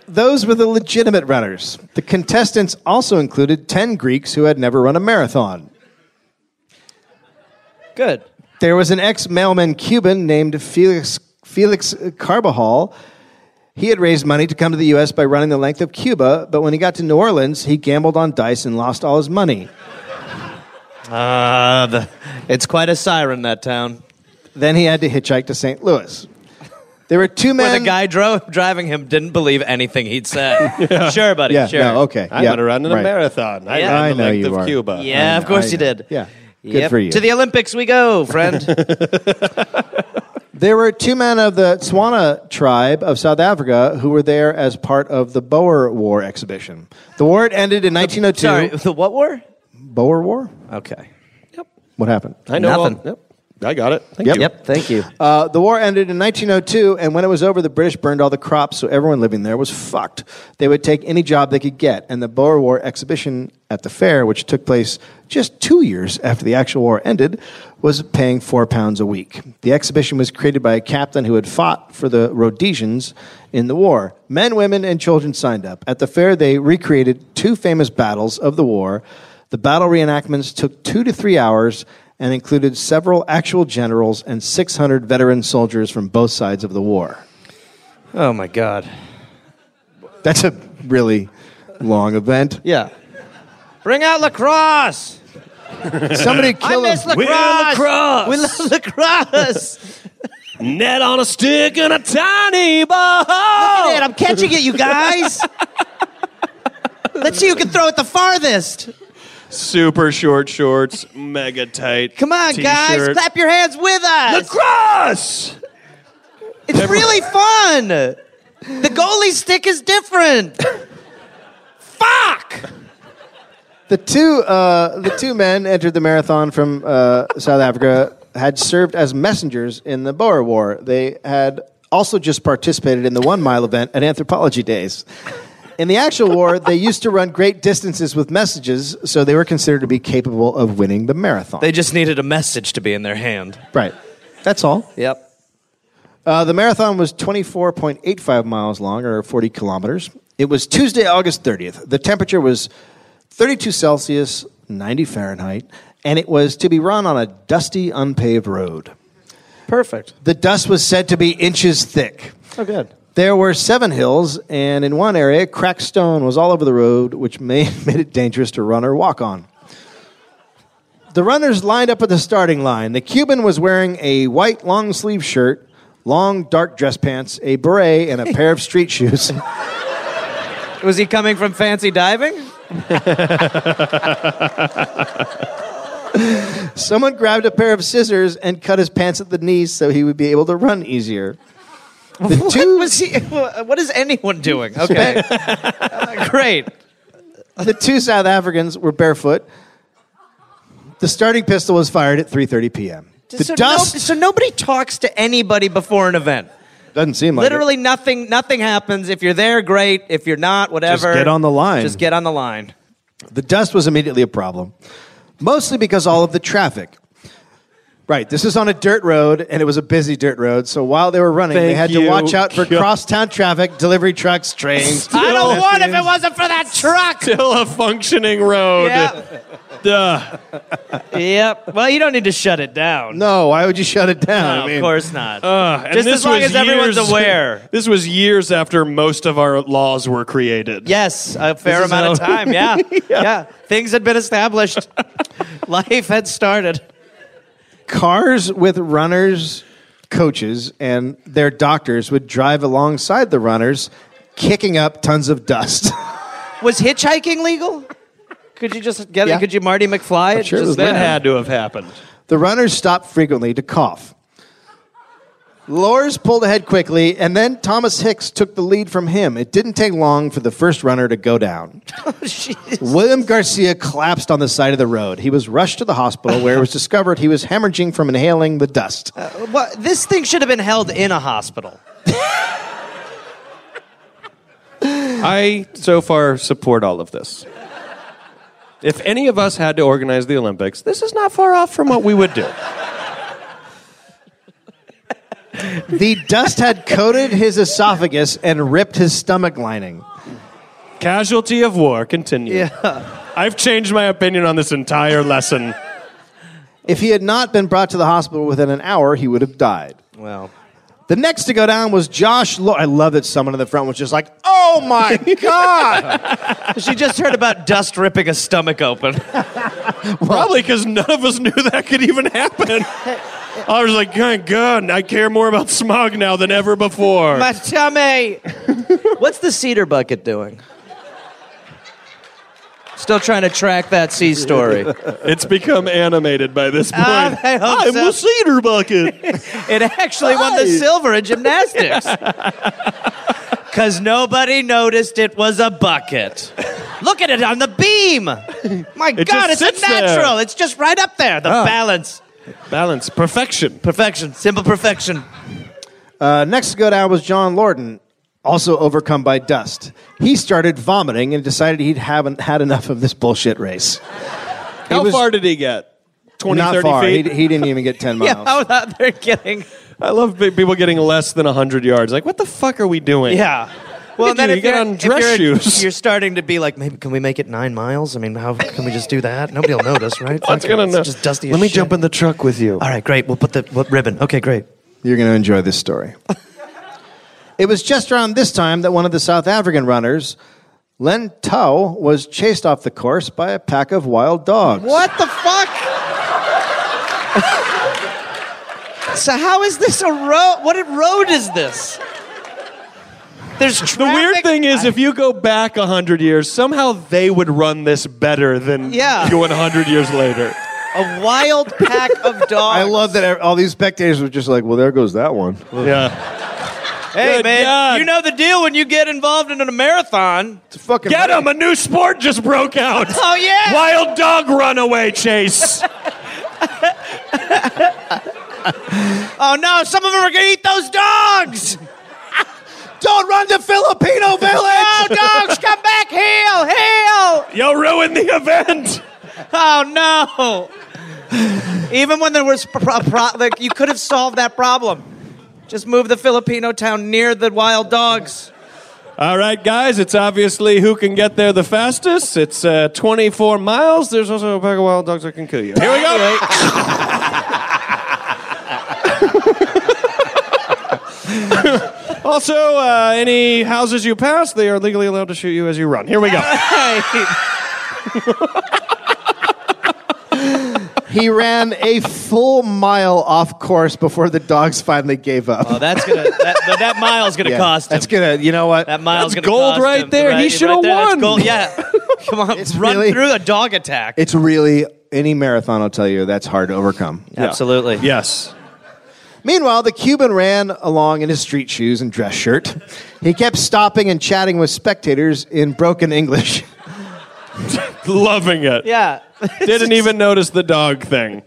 C: those were the legitimate runners. The contestants also included 10 Greeks who had never run a marathon.
B: Good.
C: There was an ex mailman Cuban named Felix, Felix Carbajal. He had raised money to come to the U.S. by running the length of Cuba, but when he got to New Orleans, he gambled on dice and lost all his money.
B: Uh, the, it's quite a siren, that town.
C: Then he had to hitchhike to St. Louis. There were two men.
B: Where the guy dro- driving him didn't believe anything he'd said. Sure, buddy.
C: Yeah,
B: sure.
C: no, okay.
D: I'm
C: yeah,
D: going to run in a
C: right.
D: marathon. I,
B: Yeah.
D: ran
C: I
D: the
C: know
D: length
C: you
D: of
C: are.
D: Cuba.
B: Yeah, of course
C: I
B: you
C: know.
B: did.
C: Yeah. Good
B: Yep.
C: for you.
B: To the Olympics we go, friend.
C: There were two men of the Tswana tribe of South Africa who were there as part of the Boer War exhibition. The war had ended in 1902.
B: Sorry, the what war?
C: Boer War?
B: Okay.
C: What happened?
D: I know. all-
B: Nothing.
D: yep. I got it. Thank
C: Yep.
D: you.
B: Yep, thank you.
C: Uh, the war ended in 1902, and when it was over, the British burned all the crops, so everyone living there was fucked. They would take any job they could get, and the Boer War exhibition at the fair, which took place just two years after the actual war ended, was paying four pounds a week. The exhibition was created by a captain who had fought for the Rhodesians in the war. Men, women, and children signed up. At the fair, they recreated two famous battles of the war. The battle reenactments took two to three hours and included several actual generals and 600 veteran soldiers from both sides of the war.
B: Oh my god.
C: That's a really long event.
B: Yeah. Bring out lacrosse.
C: Somebody kill
B: I
C: him.
B: miss
D: We're
B: lacrosse.
D: lacrosse.
B: We love lacrosse.
D: Net on a stick and a tiny
C: Oh.
D: ball.
B: Man, I'm catching it, you guys. Let's see who can throw it the farthest.
D: Super short shorts, mega tight.
B: Come on, guys,
D: t-shirt.
B: clap your hands with us.
D: Lacrosse.
B: It's really fun. The goalie stick is different. Fuck.
C: The two, uh, the two men entered the marathon from uh, South Africa, had served as messengers in the Boer War. They had also just participated in the one mile event at Anthropology Days. In the actual war, they used to run great distances with messages, so they were considered to be capable of winning the marathon.
B: They just needed a message to be in their hand.
C: right. That's all.
B: Yep.
C: Uh, the marathon was 24.85 miles long, or 40 kilometers. It was Tuesday, August 30th. The temperature was 32 Celsius, 90 Fahrenheit, and it was to be run on a dusty, unpaved road.
B: Perfect.
C: The dust was said to be inches thick.
B: Oh, good.
C: There were seven hills, and in one area, cracked stone was all over the road, which may, made it dangerous to run or walk on. The runners lined up at the starting line. The Cuban was wearing a white long sleeve shirt, long dark dress pants, a beret, and a pair of street shoes.
B: Was he coming from fancy diving?
C: Someone grabbed a pair of scissors and cut his pants at the knees so he would be able to run easier. The
B: What
C: two-
B: was he? What is anyone doing? Okay, great.
C: the two South Africans were barefoot. The starting pistol was fired at 3:30 p.m. The
B: so, no-
C: dust
B: so nobody talks to anybody before an event.
C: doesn't seem like it.
B: Literally nothing. Nothing happens. If you're there, great. If you're not, whatever.
C: get on the line.
B: Just get on the line.
C: The dust was immediately a problem, mostly because all of the traffic. Right, this is on a dirt road, and it was a busy dirt road. So while they were running, they
D: Thank
C: had to
D: you.
C: watch out for
D: God.
C: crosstown traffic, delivery trucks, trains.
B: I don't want if it wasn't for that truck.
D: Still a functioning road.
B: Yep.
D: Duh.
B: yep. Well, you don't need to shut it down.
C: no, why would you shut it down?
B: No,
C: I mean,
B: of course not.
D: Uh, and
B: Just
D: this
B: as long
D: was
B: as everyone's
D: years-
B: aware.
D: This was years after most of our laws were created.
B: Yes, a fair
D: This is
B: amount of
D: how-
B: time. Yeah. yeah. Things had been established. Life had started.
C: Cars with runners, coaches, and their doctors would drive alongside the runners, kicking up tons of dust.
B: Was hitchhiking legal? Could you just get
C: Yeah.
B: it? Could you Marty McFly? it?
C: sure it
B: Just
C: was
B: then?
D: That had to have happened.
C: The runners stopped frequently to cough. Lors pulled ahead quickly, and then Thomas Hicks took the lead from him. It didn't take long for the first runner to go down.
B: Oh,
C: William Garcia collapsed on the side of the road. He was rushed to the hospital where it was discovered he was hemorrhaging from inhaling the dust.
B: What- this thing should have been held in a hospital.
D: I so far support all of this. If any of us had to organize the Olympics, this is not far off from what we would do.
C: The dust had coated his esophagus and ripped his stomach lining.
D: Casualty of war, continue. I've changed my opinion on this entire lesson.
C: If he had not been brought to the hospital within an hour, he would have died.
B: Well,
C: The next to go down was Josh. Lo- I love that someone in the front was just like, "Oh my god!"
B: she just heard about dust ripping a stomach open.
D: Probably because none of us knew that could even happen. I was like, good God, I care more about smog now than ever before.
B: My tummy. What's the cedar bucket doing? Still trying to track that sea story.
D: It's become animated by this point.
B: Ah, I hope
D: I'm
B: so.
D: a cedar bucket.
B: It actually won the silver in gymnastics. Because nobody noticed it was a bucket. Look at it on the beam. My
D: It
B: God, it's
D: just
B: a
D: sits there. Oh.
B: natural. It's just right up there. The balance.
D: Balance, perfection.
B: Perfection. Simple perfection.
C: Uh, next to go down was John Lorden, also overcome by dust. He started vomiting and decided he haven't had enough of this bullshit race.
D: How
C: was-
D: far did he get? 20,
C: Not
D: 30
C: far.
D: feet?
C: He, he didn't even get 10 miles.
B: Yeah, how out there kidding.
D: I love big people getting less than 100 yards. Like, what the fuck are we doing?
B: Yeah. Well,
D: Look at you, you get
B: you're-
D: on dress
B: you're-
D: shoes.
B: You're starting to be like, maybe can we make it nine miles? I mean, how can we just do that? Nobody will notice, right?
D: That's
B: Fuck it,
D: gonna
B: it's
D: know.
B: just dusty.
D: Let
B: as
D: me
B: shit.
D: jump in the truck with you.
B: All right, great. We'll put the what, ribbon. Okay, great.
C: You're going to enjoy this story. it was just around this time that one of the South African runners, Len Tau, was chased off the course by a pack of wild dogs.
B: What the fuck? so how is this a road? What road is this? There's traffic.
D: The weird thing is, if you go back 100 years, somehow they would run this better than
B: Yeah.
D: you 100 years later.
B: a wild pack of dogs.
C: e-, I love that all these spectators were just like, well, there goes that one.
D: yeah.
B: Hey,
D: Good
B: man,
D: God.
B: you know the deal when you get involved in a marathon.
C: It's a fucking
D: Get him! A new sport just broke out.
B: Oh, yeah.
D: Wild dog runaway chase.
B: Oh, no, some of them are going to eat those dogs.
C: Don't run to Filipino
B: Oh,
C: Village.
B: dogs, come back. Hail, hail.
D: You'll ruin the event.
B: Oh no! Even when there was pro- pro- like, you could have solved that problem. Just move the Filipino town near the wild dogs.
D: All right, guys, it's obviously who can get there the fastest. It's uh, 24 miles. There's also a pack of wild dogs that can kill you. Here we go. also, uh, any houses you pass, they are legally allowed to shoot you as you run. Here we go.
C: he ran a full mile off course before the dogs finally gave up.
B: Oh, that's gonna that, but that mile's gonna
C: Yeah,
B: cost him.
C: that's gonna. You know what?
B: that mile's
D: that's
B: gonna
D: gold
B: cost
D: right
B: him,
D: there. He
B: right-
D: shoulda
B: right there, that's
D: won.
B: gold. Yeah, come on,
C: It's
B: run
C: really-
B: through a dog attack.
C: It's really any marathon. I'll tell you, that's hard to overcome.
B: Absolutely.
D: Yes.
C: Meanwhile, the Cuban ran along in his street shoes and dress shirt. He kept stopping and chatting with spectators in broken English.
D: Loving it.
B: Yeah.
D: Didn't even notice the dog thing.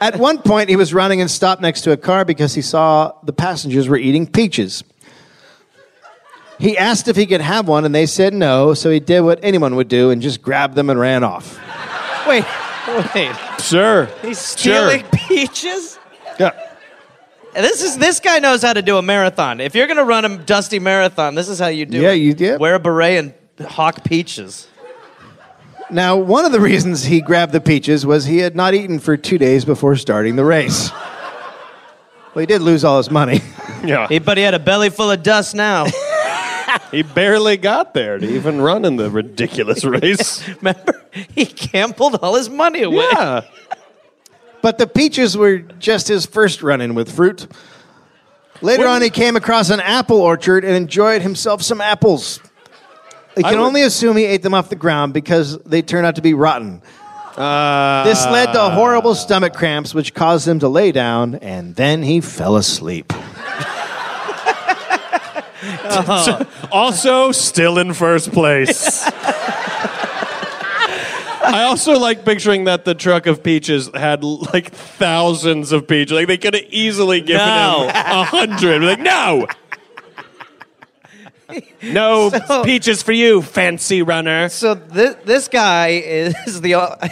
C: At one point, he was running and stopped next to a car because he saw the passengers were eating peaches. He asked if he could have one, and they said no, so he did what anyone would do and just grabbed them and ran off.
B: wait, wait.
D: Sure.
B: He's stealing peaches.
D: Yeah.
B: This is this guy knows how to do a marathon. If you're gonna run a dusty marathon, this is how you do
C: Yeah,
B: it.
C: you- yeah.
B: Wear a beret and hawk peaches.
C: Now, one of the reasons he grabbed the peaches was he had not eaten for two days before starting the race. Well, he did lose all his money.
D: Yeah.
B: Hey, but he had a belly full of dust now.
D: He barely got there to even run in the ridiculous race.
B: Remember, he gambled all his money away.
D: yeah.
C: But the peaches were just his first run in with fruit. Later on, he came across an apple orchard and enjoyed himself some apples. I can
D: would-
C: only assume he ate them off the ground because they turned out to be rotten. this led to
B: Ah.
C: horrible stomach cramps, which caused him to lay down, and then he fell asleep.
D: Also, still in first place. I also like picturing that the truck of peaches had like thousands of peaches. Like they could have easily given
B: No.
D: him a hundred. Like no, no
B: So-
D: peaches for you, fancy runner.
B: So this this guy is the.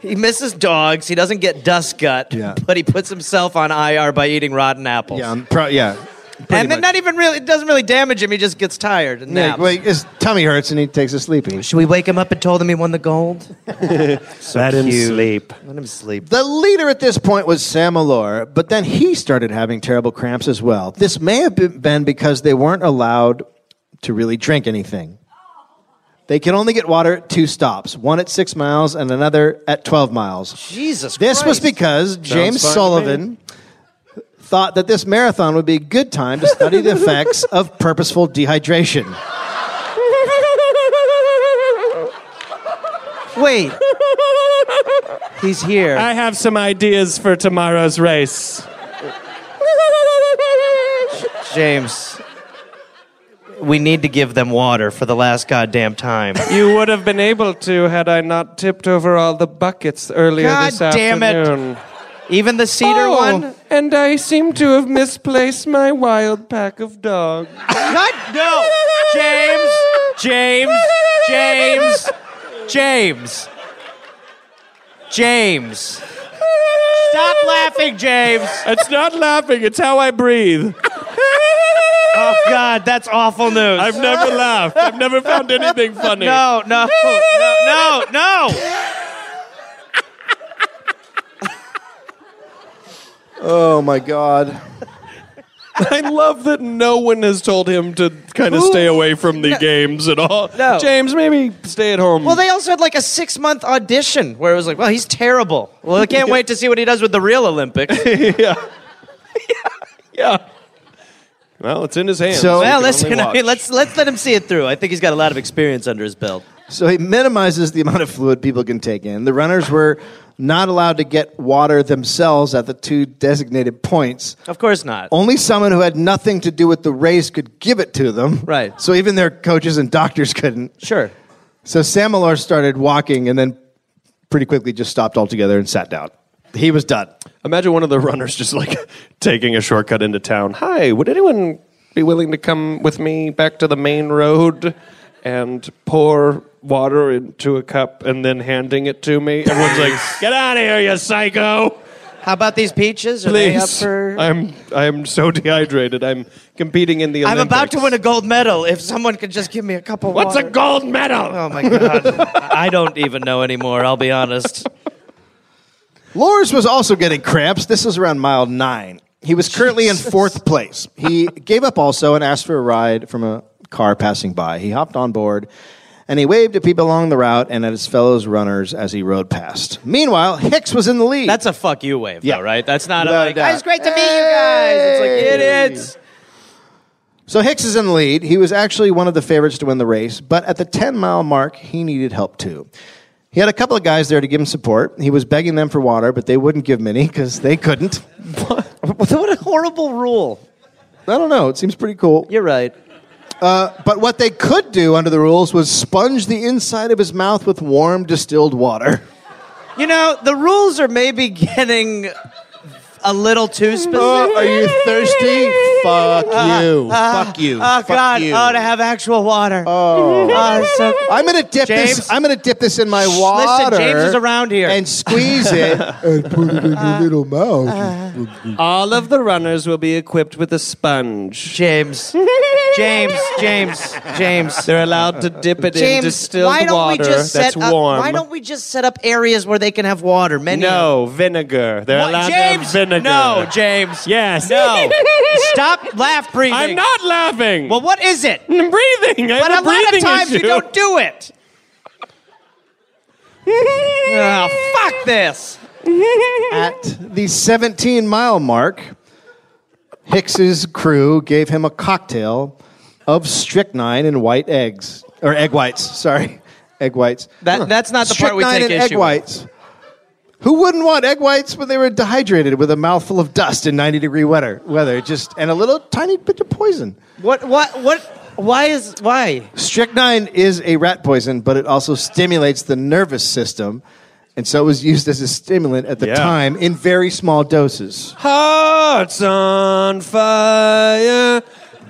B: He misses dogs. He doesn't get dust gut,
C: Yeah.
B: but he puts himself on IR by eating rotten apples.
C: Yeah, I'm pro- yeah. pretty
B: and then
C: much.
B: not even really, it doesn't really damage him. He just gets tired and
C: Yeah,
B: naps.
C: well, his tummy hurts and he takes a sleeping.
B: Should we wake him up and tell him he won the gold?
D: Let him sleep.
B: Let him sleep.
C: The leader at this point was Sam Allure, but then he started having terrible cramps as well. This may have be- been because they weren't allowed to really drink anything. They could only get water at two stops, one at six miles and another at 12 miles.
B: Jesus
C: This was
B: Christ.
C: because James
D: fine to me.
C: Sullivan thought that this marathon would be a good time to study the effects of purposeful dehydration.
B: Wait. He's here.
D: I have some ideas for tomorrow's race.
B: James. We need to give them water for the last goddamn time.
D: You would have been able to had I not tipped over all the buckets earlier
B: God
D: this
B: damn it.
D: afternoon.
B: Even the cedar
D: Oh,
B: one?
D: and I seem to have misplaced my wild pack of dogs.
B: God, no! James! James! James! James! James! Stop laughing, James!
D: It's not laughing, it's how I breathe.
B: Oh, God, that's awful news.
D: I've never laughed. I've never found anything funny.
B: No, no, no, no, no!
C: Oh my God.
D: I love that no one has told him to kind of stay away from the games at all.
B: No.
D: James, maybe stay at home.
B: Well, they also had like a six month audition where it was like, well, he's terrible. Well, I can't wait to see what he does with the real Olympics.
D: yeah. Well, it's in his hands.
C: So-
D: he
B: Well,
D: can
B: listen,
D: only
B: I mean,
D: watch.
B: let's let's let him see it through. I think he's got a lot of experience under his belt.
C: So he minimizes the amount of fluid people can take in. The runners were not allowed to get water themselves at the two designated points.
B: Of course not.
C: Only someone who had nothing to do with the race could give it to them.
B: Right.
C: So even their coaches and doctors couldn't.
B: Sure.
C: So Samalor started walking and then pretty quickly just stopped altogether and sat down. He was done.
D: Imagine one of the runners just like taking a shortcut into town. Hi, would anyone be willing to come with me back to the main road and pour water into a cup and then handing it to me? Everyone's like, "Get out of here, you psycho!"
B: How about these peaches? Are they up
D: Please,
B: for?
D: I'm I'm so dehydrated. I'm competing in the.
B: I'm
D: Olympics.
B: about to win a gold medal. If someone could just give me a cup of
D: What's
B: water.
D: a gold medal?
B: Oh my god! I don't even know anymore. I'll be honest.
C: Lors was also getting cramps. This was around mile nine. He was currently in fourth place. He gave up also and asked for a ride from a car passing by. He hopped on board and he waved at people along the route and at his fellow runners as he rode past. Meanwhile, Hicks was in the lead.
B: That's a fuck you wave,
C: Yeah.
B: though, right? That's not a
C: Without a
B: like.
C: doubt.
B: It's great to meet you guys. It's
C: Hey.
B: like idiots.
C: so Hicks is in the lead. He was actually one of the favorites to win the race, but at the 10 mile mark, he needed help too. He had a couple of guys there to give him support. He was begging them for water, but they wouldn't give him any because they couldn't.
B: What a horrible rule.
C: I don't know. It seems pretty cool.
B: You're right.
C: But what they could do under the rules was sponge the inside of his mouth with warm distilled water.
B: You know, the rules are maybe getting a little too specific.
C: are you thirsty? Fuck you. Fuck you.
B: Oh God! Oh, to have actual water. Oh, it's so-
C: I'm gonna dip
B: James?
C: this. I'm gonna dip this in my water.
B: listen, James is around here.
C: And squeeze it and put it in your little mouth.
D: All of the runners will be equipped with a sponge.
B: James, James, James, James.
D: They're allowed to dip it in distilled
B: why don't
D: water
B: we just set
D: that's
B: up,
D: warm.
B: Why don't we just set up areas where they can have water? Many.
D: No, vinegar. They're
B: What,
D: allowed
B: James.
D: to have vinegar.
B: No, James.
D: Yes.
B: No. Stop laugh breathing.
D: I'm not laughing.
B: Well, what is it?
D: I'm breathing. I
B: But a
D: have a,
B: lot of
D: breathing
B: times you
D: issue.
B: don't do it. oh, fuck this.
C: At the 17 mile mark, Hicks's crew gave him a cocktail of strychnine and white eggs or egg whites. Sorry, egg whites.
B: That- that's not the part we
C: Strychnine
B: take issue
C: and egg
B: with.
C: whites. Who wouldn't want egg whites when they were dehydrated with a mouthful of dust in 90 degree weather? Weather just and a little tiny bit of poison.
B: What? What? What? Why is why?
C: Strychnine is a rat poison, but it also stimulates the nervous system. And so it was used as a stimulant at the
D: Yeah.
C: time in very small doses.
D: Hearts on fire.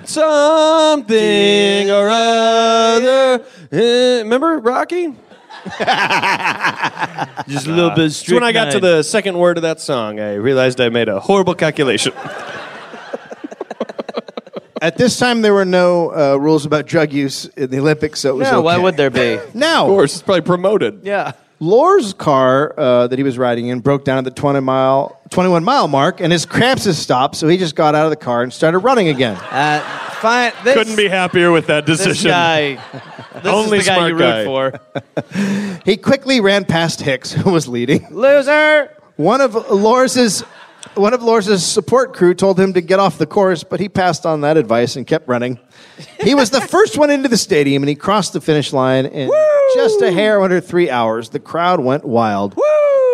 D: Something or other. Eh, remember Rocky?
B: Just a little bit.
D: It's when I got to the second word of that song, I realized I made a horrible calculation.
C: At this time, there were no uh, rules about drug use in the Olympics, so it was
B: No, why
C: okay.
B: would there be?
D: Of
C: Now,
D: course, it's probably promoted.
B: yeah.
C: Lor's car uh, that he was riding in broke down at the 20 mile, 21 mile mark, and his cramps had stopped, so he just got out of the car and started running again.
B: Uh, fine. This,
D: Couldn't be happier with that decision.
B: this guy. This
D: Only
B: is the guy
D: smart
B: you root
D: guy.
B: for.
C: He quickly ran past Hicks, who was leading.
B: Loser.
C: One of Lors's one of Lors's support crew told him to get off the course, but he passed on that advice and kept running. He was the first one into the stadium and he crossed the finish line in just a hair under three hours. The crowd went wild.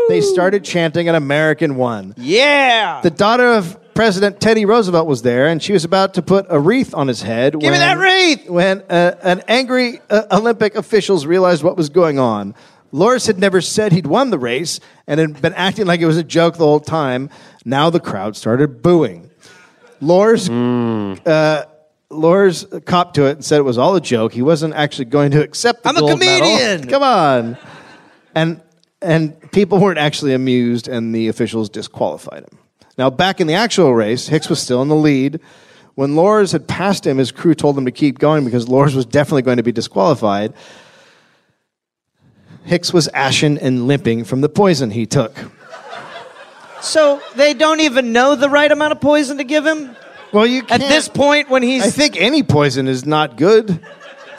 C: They started chanting an American one.
B: Yeah.
C: The daughter of President Teddy Roosevelt was there, and she was about to put a wreath on his head. Give
B: me that wreath!
C: When uh, an angry uh, Olympic officials realized what was going on, Loris had never said he'd won the race and had been acting like it was a joke the whole time. Now the crowd started booing. Loris, uh, Loris copped to it and said it was all a joke. He wasn't actually going to accept the
B: I'm a
C: gold medal.
B: comedian!
C: Come on, and and people weren't actually amused, and the officials disqualified him. Now, back in the actual race, Hicks was still in the lead. When Lors had passed him, his crew told him to keep going because Lors was definitely going to be disqualified. Hicks was ashen and limping from the poison he took.
B: So they don't even know the right amount of poison to give him
C: Well, you
B: at
C: can't.
B: this point when he's.
C: I think any poison is not good.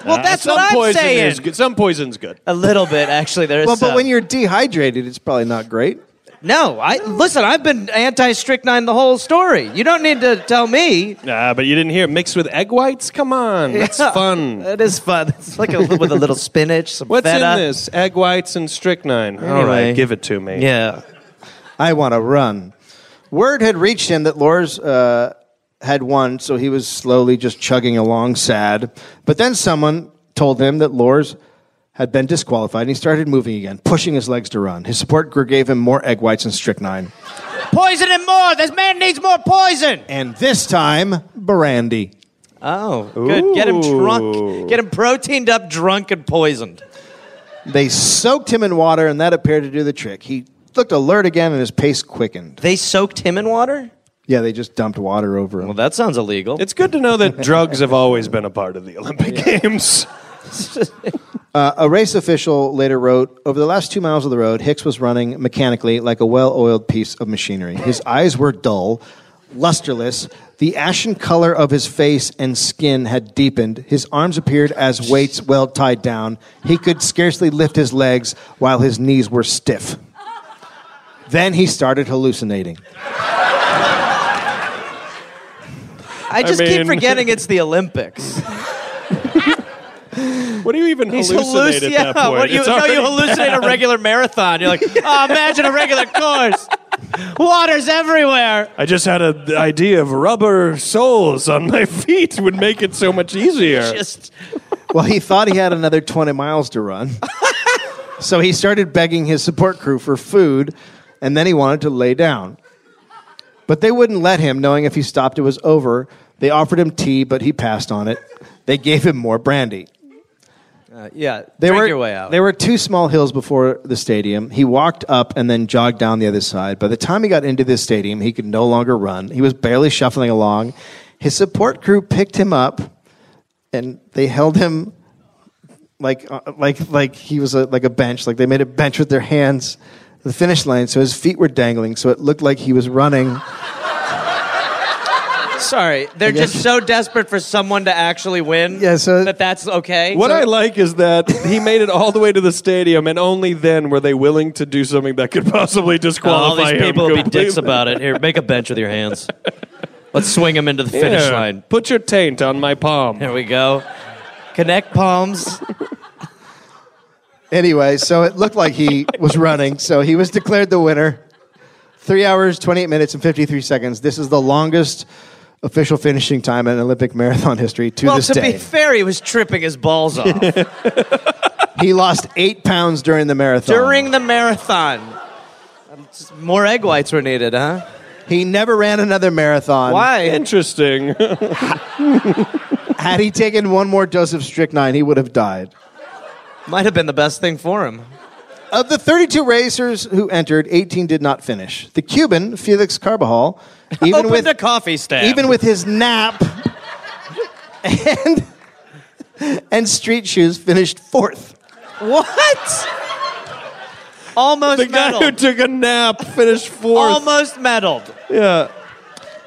B: well, that's
D: Uh, some
B: what I'm
D: poison is
B: saying.
D: good. Some poison's good.
B: A little bit, actually. There is.
C: Well,
B: some.
C: but when you're dehydrated, it's probably not great.
B: No, I listen. I've been anti-strychnine the whole story. You don't need to tell me.
D: Ah, but you didn't hear it mixed with egg whites. Come on, that's
B: Yeah.
D: fun.
B: It is fun. It's like a, with a little spinach, some
D: What's
B: feta.
D: in this? Egg whites and strychnine. All
B: Anyway.
D: right, give it to me.
B: Yeah.
C: I want to run. Word had reached him that Lors uh, had won, so he was slowly just chugging along, sad. But then someone told him that Lors had been disqualified, and he started moving again, pushing his legs to run. His support group gave him more egg whites and strychnine.
B: Poison and more. This man needs more poison.
C: And this time, brandy.
B: Oh, good. Get him
D: Ooh.
B: drunk. Get him proteined up, drunk, and poisoned.
C: They soaked him in water, and that appeared to do the trick. He looked alert again, and his pace quickened.
B: They soaked him in water?
C: Yeah, they just dumped water over him.
B: Well, that sounds illegal.
D: It's good to know that drugs have always been a part of the Olympic Games.
C: A race official later wrote Over the last two miles of the road, Hicks was running mechanically like a well oiled piece of machinery. His eyes were dull, lusterless. The ashen color of his face and skin had deepened. His arms appeared as weights well tied down. He could scarcely lift his legs while his knees were stiff. Then he started hallucinating.
B: I just
D: mean-
B: keep forgetting it's the Olympics.
D: What do you even hallucinate
B: Halluc-
D: at that point?
B: What, you,
D: It's
B: no, you
D: already-
B: hallucinate a regular marathon. You're like, oh, imagine a regular course. Water's everywhere.
D: I just had an idea of rubber soles on my feet would make it so much easier.
B: Just
C: Well, he thought he had another 20 miles to run. so he started begging his support crew for food, and then he wanted to lay down. But they wouldn't let him, knowing if he stopped, it was over. They offered him tea, but he passed on it. They gave him more brandy.
B: Uh, yeah.
C: They
B: drink
C: were,
B: your way out.
C: There were two small hills before the stadium. He walked up and then jogged down the other side. By the time he got into this stadium, he could no longer run. He was barely shuffling along. His support crew picked him up and they held him like uh, like like he was a, like a bench. Like they made a bench with their hands, the finish line. So his feet were dangling. So it looked like he was running.
B: Sorry, they're just so desperate for someone to actually win.
C: Yeah, so-
B: that that's okay.
D: What I like is that he made it all the way to the stadium, and only then were they willing to do something that could possibly
B: Oh, all
D: disqualify
B: these
D: him.
B: people will be
D: completely.
B: dicks about it. Here, make a bench with your hands. Let's swing him into the finish
D: Yeah.
B: line.
D: Put your taint on my palm.
B: There we go. Connect palms.
C: Anyway, so it looked like he was running. So he was declared the winner. Three hours, 28 minutes, and 53 seconds. This is the longest official finishing time in Olympic marathon history to
B: Well,
C: this
B: to
C: day.
B: be fair, he was tripping his balls off
C: he lost eight pounds during the marathon.
B: during the marathon. Just More egg whites were needed, huh?
C: he never ran another marathon.
B: Why?
D: Interesting.
C: Had he taken one more dose of strychnine, he would have died.
B: Might have been the best thing for him.
C: Of the 32 racers who entered, 18 did not finish. The Cuban, Felix Carbajal, even
B: Opened
C: with
B: a coffee stand.
C: even with his nap and and street shoes finished fourth.
B: what? Almost
D: the guy
B: medaled.
D: who took a nap finished fourth.
B: Almost medaled.
D: yeah.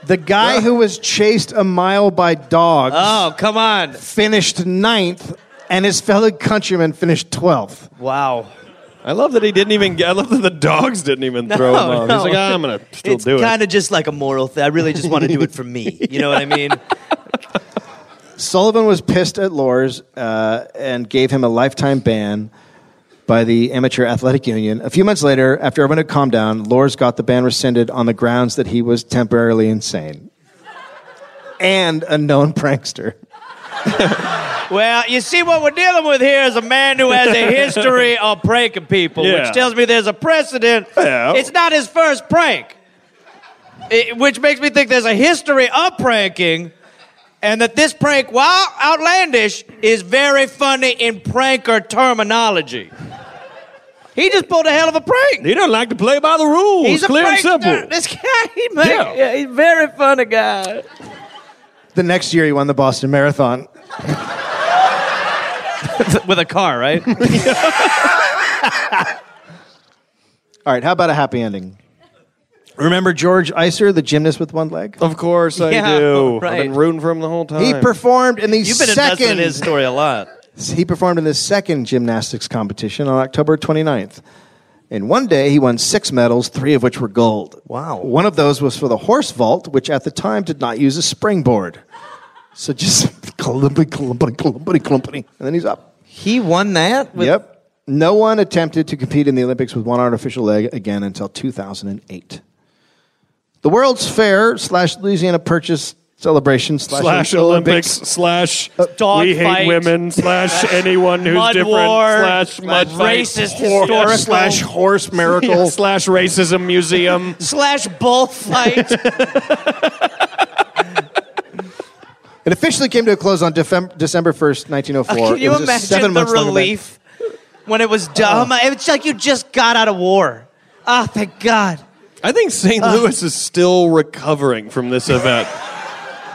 C: The guy who was chased a mile by dogs
B: Oh, come on.
C: finished ninth, and his fellow countryman finished 12th.
B: Wow.
D: I love that he didn't even. get- I love that the dogs didn't even throw him off. He's
B: no.
D: like, "Ah, I'm gonna still
B: it's
D: do it.
B: kind of just like a moral thing. I really just want to do it for me. You know what I mean?
C: Sullivan was pissed at Lors uh, and gave him a lifetime ban by the Amateur Athletic Union. A few months later, after everyone had calmed down, Lors got the ban rescinded on the grounds that he was temporarily insane and a known prankster.
B: Well, you see, what we're dealing with here is a man who has a history of pranking people,
D: Yeah.
B: which tells me there's a precedent.
D: Yeah.
B: It's not his first prank, It- which makes me think there's a history of pranking, and that this prank, while outlandish, is very funny in pranker terminology. He just pulled a hell of a prank.
D: He don't like to play by the rules.
B: He's a
D: clear and
B: prankster.
D: simple.
B: This guy, he make,
D: Yeah.
B: yeah. he's a very funny guy.
C: The next year, he won the Boston Marathon.
B: With a car, right?
C: All right, how about a happy ending? Remember George Iser, the gymnast with one leg?
D: Of course I
B: Yeah,
D: do. I've
B: right.
D: been rooting for him the whole time.
C: He performed in the
B: You've been invested in
C: second
B: his story a lot.
C: he performed in the second gymnastics competition on October 29th. In one day, he won six medals, three of which were gold.
E: Wow.
C: One of those was for the horse vault, which at the time did not use a springboard. So just clumpity, clumpity, clumpity, clumpity, and then he's up.
E: He won that? With,
C: Yep. No one attempted to compete in the Olympics with one artificial leg again until 2008. The World's Fair slash Louisiana Purchase celebration slash,
D: slash Olympics, slash
B: Dog
D: we hate
B: fight.
D: women, slash anyone who's
B: Uh, Mud
D: different,
B: war,
D: slash mud fight,
B: racist
D: whore,
B: historical-
D: slash
C: horse miracle.
D: slash racism museum.
B: slash bullfight.
C: It officially came to a close on Defem- December 1st, 1904.
B: Oh, Can
C: it
B: you
C: was a
B: imagine the
C: seven-month long event.
B: relief when it was done? It's like you just got out of war. Oh, thank God.
D: I think St. Louis is still recovering from this event.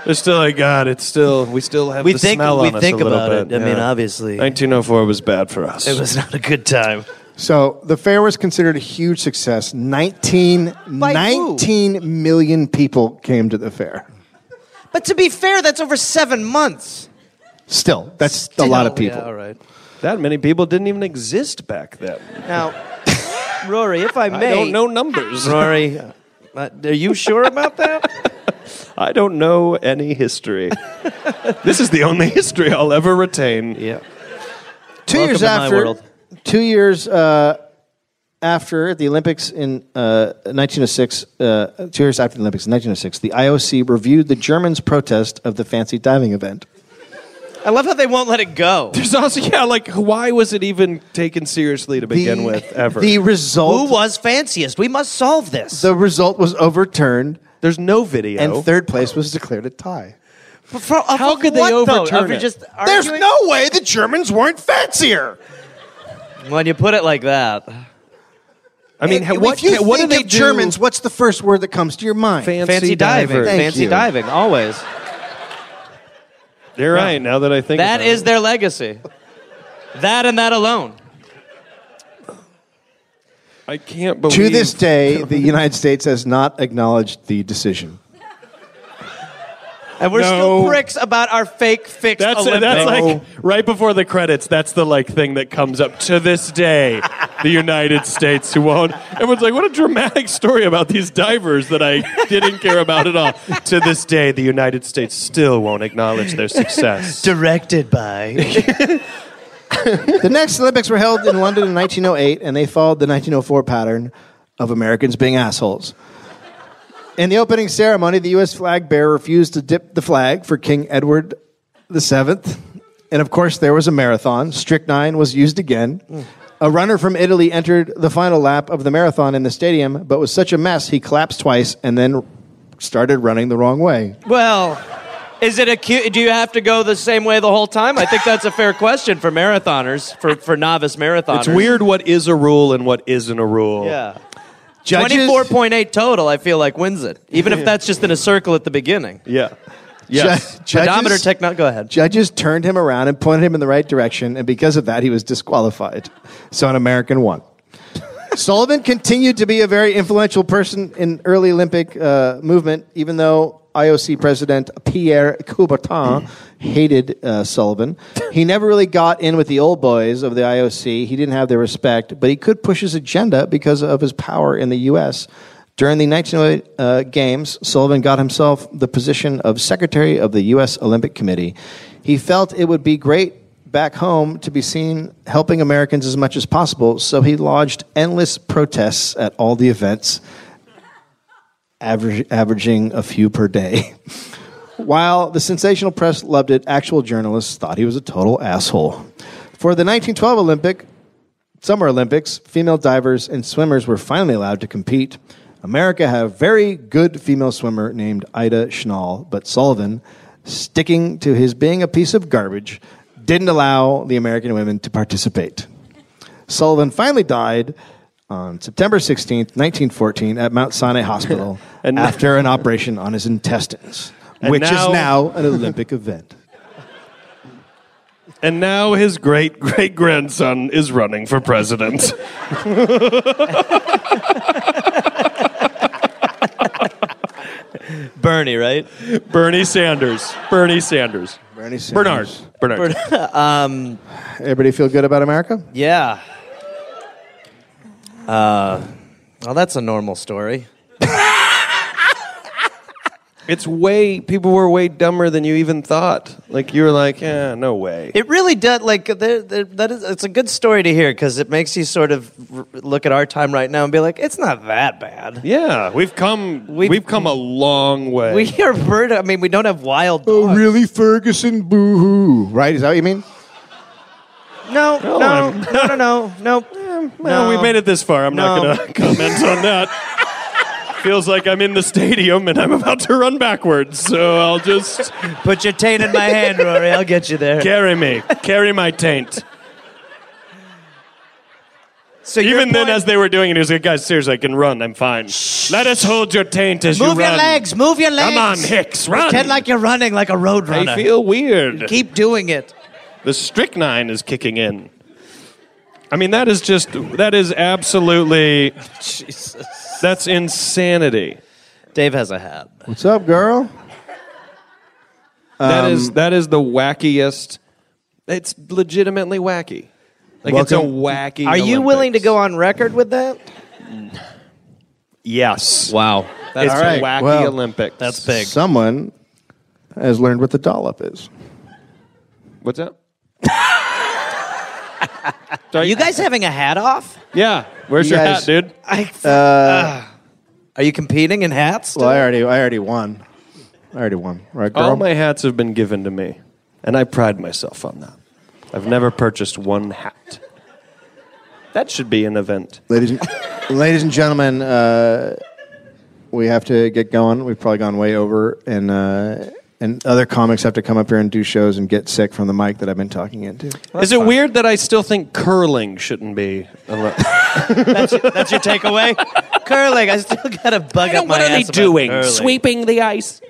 D: They're still like God. It's still we still have
B: We
D: the
B: think-
D: smell
B: we
D: on
B: think
D: us a little
B: about
D: bit.
B: it. I mean, obviously.
D: 1904 was bad for us.
B: It was not a good time.
C: So the fair was considered a huge success. 19,
B: By who?
C: 19 million people came to the fair.
B: But to be fair, that's over seven months.
C: Still, that's a lot of
B: Still,
C: people.
B: Yeah, all right.
D: that many people didn't even exist back then.
B: Now, Rory, if I may.
D: I don't know numbers.
B: Rory, uh, are you sure about that?
D: I don't know any history. this is the only history I'll ever retain.
B: yeah.
C: Two
B: Welcome
C: years
B: to my
C: after,
B: world.
C: two years uh, after the Olympics in uh, 1906, uh, two years after the Olympics in 1906, the IOC reviewed the Germans' protest of the fancy diving event.
B: I love how they won't let it go.
D: There's also yeah, like why was it even taken seriously to begin
C: The-
D: with ever?
C: The
B: Who
C: result,
B: was fanciest? We must solve this.
C: the result was overturned,
D: There's no video.
C: and third place was declared a tie.
B: But for- of
D: How could they
B: what, though?
D: overturn
B: Of
D: it?
B: Just
C: There's
B: arguing?
C: no way the Germans weren't fancier.
B: When you put it like that,
D: I mean, ha- what
C: if you
D: can, what do
C: think
D: they
C: of
D: do?
C: Germans, what's the first word that comes to your mind?
B: fancy diving,
D: diver.
C: Thank
B: fancy
C: you.
B: diving, always.
D: You're right. Now that I think
B: That
D: about
B: is
D: it.
B: their legacy. That and that alone.
D: I can't believe
C: to this day, the United States has not acknowledged the decision.
B: And we're
D: No.
B: still pricks about our fake fixed
D: That's
B: Olympics.
D: that's
C: No.
D: like right before the credits. That's the like thing that comes up to this day. the United States who won't. Everyone's like, what a dramatic story about these divers that I didn't care about at all. to this day, the United States still won't acknowledge their success.
B: directed by.
C: the next Olympics were held in London in 1908, and they followed the 1904 pattern of Americans being assholes. In the opening ceremony, the U.S. flag bearer refused to dip the flag for King Edward VII. And of course, there was a marathon. Strychnine was used again. A runner from Italy entered the final lap of the marathon in the stadium, but was such a mess he collapsed twice and then started running the wrong way.
B: well, is it a cu- do you have to go the same way the whole time? I think that's a fair question for marathoners, for for novice marathoners.
D: It's weird what is a rule and what isn't a rule.
B: Yeah.
C: Judges-
B: Twenty-four point eight total. I feel like wins it, even if that's just in a circle at the beginning.
D: Yeah. Yes.
C: Ju- judges-
B: Pedometer techno. Go ahead.
C: Judges turned him around and pointed him in the right direction, and because of that, he was disqualified. So an American won. Sullivan continued to be a very influential person in early Olympic uh, movement, even though IOC President Pierre Coubertin hated uh, Sullivan. He never really got in with the old boys of the IOC. He didn't have their respect, but he could push his agenda because of his power in the U.S. During the 1908 uh, Games, Sullivan got himself the position of Secretary of the U.S. Olympic Committee. He felt it would be great back home to be seen helping Americans as much as possible, so he lodged endless protests at all the events, average, averaging a few per day. While the sensational press loved it, actual journalists thought he was a total asshole. For the 1912 Olympic, Summer Olympics, female divers and swimmers were finally allowed to compete. America had a very good female swimmer named Ida Schnall, but Sullivan, sticking to his being a piece of garbage, didn't allow the American women to participate. Sullivan finally died on September 16th, 1914, at Mount Sinai Hospital
D: And-
C: after an operation on his intestines,
D: And
C: which
D: now-
C: is now an Olympic event.
D: And now his great great grandson is running for president.
B: Bernie, right?
D: Bernie Sanders. Bernie Sanders.
C: Bernie Sanders.
D: Bernard. Bernard.
C: Everybody feel good about America?
B: Yeah. Uh,
F: Well, that's a normal story.
D: It's way people were way dumber than you even thought. Like you were like, yeah, no way.
F: It really does. Like there, there, that is, it's a good story to hear because it makes you sort of r- look at our time right now and be like, it's not that bad.
D: yeah, we've come we've, come a long way.
F: We are bird. I mean, we don't have wild. Dogs.
C: Oh, really, Ferguson? Boo hoo. Right? Is that what you mean?
F: No, no, no,
D: I'm-
F: no, no, no,
D: um, well,
F: No.
D: we've made it this far. I'm
F: No.
D: not going to comment on that. Feels like I'm in the stadium and I'm about to run backwards. So I'll just
F: Put your taint in my hand, Rory. I'll get you there.
D: carry me, carry my taint.
F: so your
D: Even then,
F: point-
D: as they were doing it, he was like, "Guys, seriously, I can run. I'm fine. Let us hold your taint as
F: move
D: you run.
F: your legs, move your legs.
D: Come on, Hicks, run.
F: Pretend like you're running like a road runner.
D: I feel weird.
F: Keep doing it.
D: the strychnine is kicking in. I mean, that is just that is absolutely
F: Jesus.
D: that's insanity.
F: Dave has a hat.
C: What's up, girl?
D: That is
F: Um,
D: that is the wackiest. It's legitimately wacky. Like it's a
C: Welcome-
D: wacky.
F: Are you willing to go on record with that?
D: Yes.
F: Wow. That's
D: It's
C: All right,
D: a wacky
C: well-
D: Olympics.
F: That's big.
C: Someone has learned what the dollop is.
D: What's up?
F: Are you guys having a hat off?
D: Yeah. Where's
C: You
D: your
C: guys-
D: hat, dude?
F: I, Uh, are you competing in hats?
C: Well, I already, I already won. I already won. All right, girl.
D: All Oh my hats have been given to me, and I pride myself on that. I've never purchased one hat. That should be an event.
C: ladies, and, ladies and gentlemen, uh, we have to get going. We've probably gone way over, and uh, and other comics have to come up here and do shows and get sick from the mic that I've been talking into.
D: Is it weird that I still think curling shouldn't be? Ele-
F: That's your takeaway? curling. I still got a bug up my ass about curling.
D: the ice.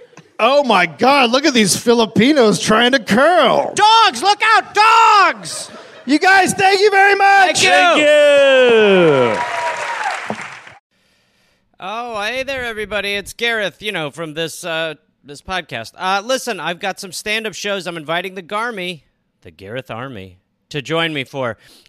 C: Oh my God! Look at these Filipinos trying to curl.
F: Dogs, look out, dogs!
C: You guys, thank you very much.
F: Thank
D: you.
F: Oh, hey there, everybody. It's Gareth, you know, from this uh, this podcast. Uh, listen, I've got some stand up shows I'm inviting the Garmy, the Gareth Army, to join me for.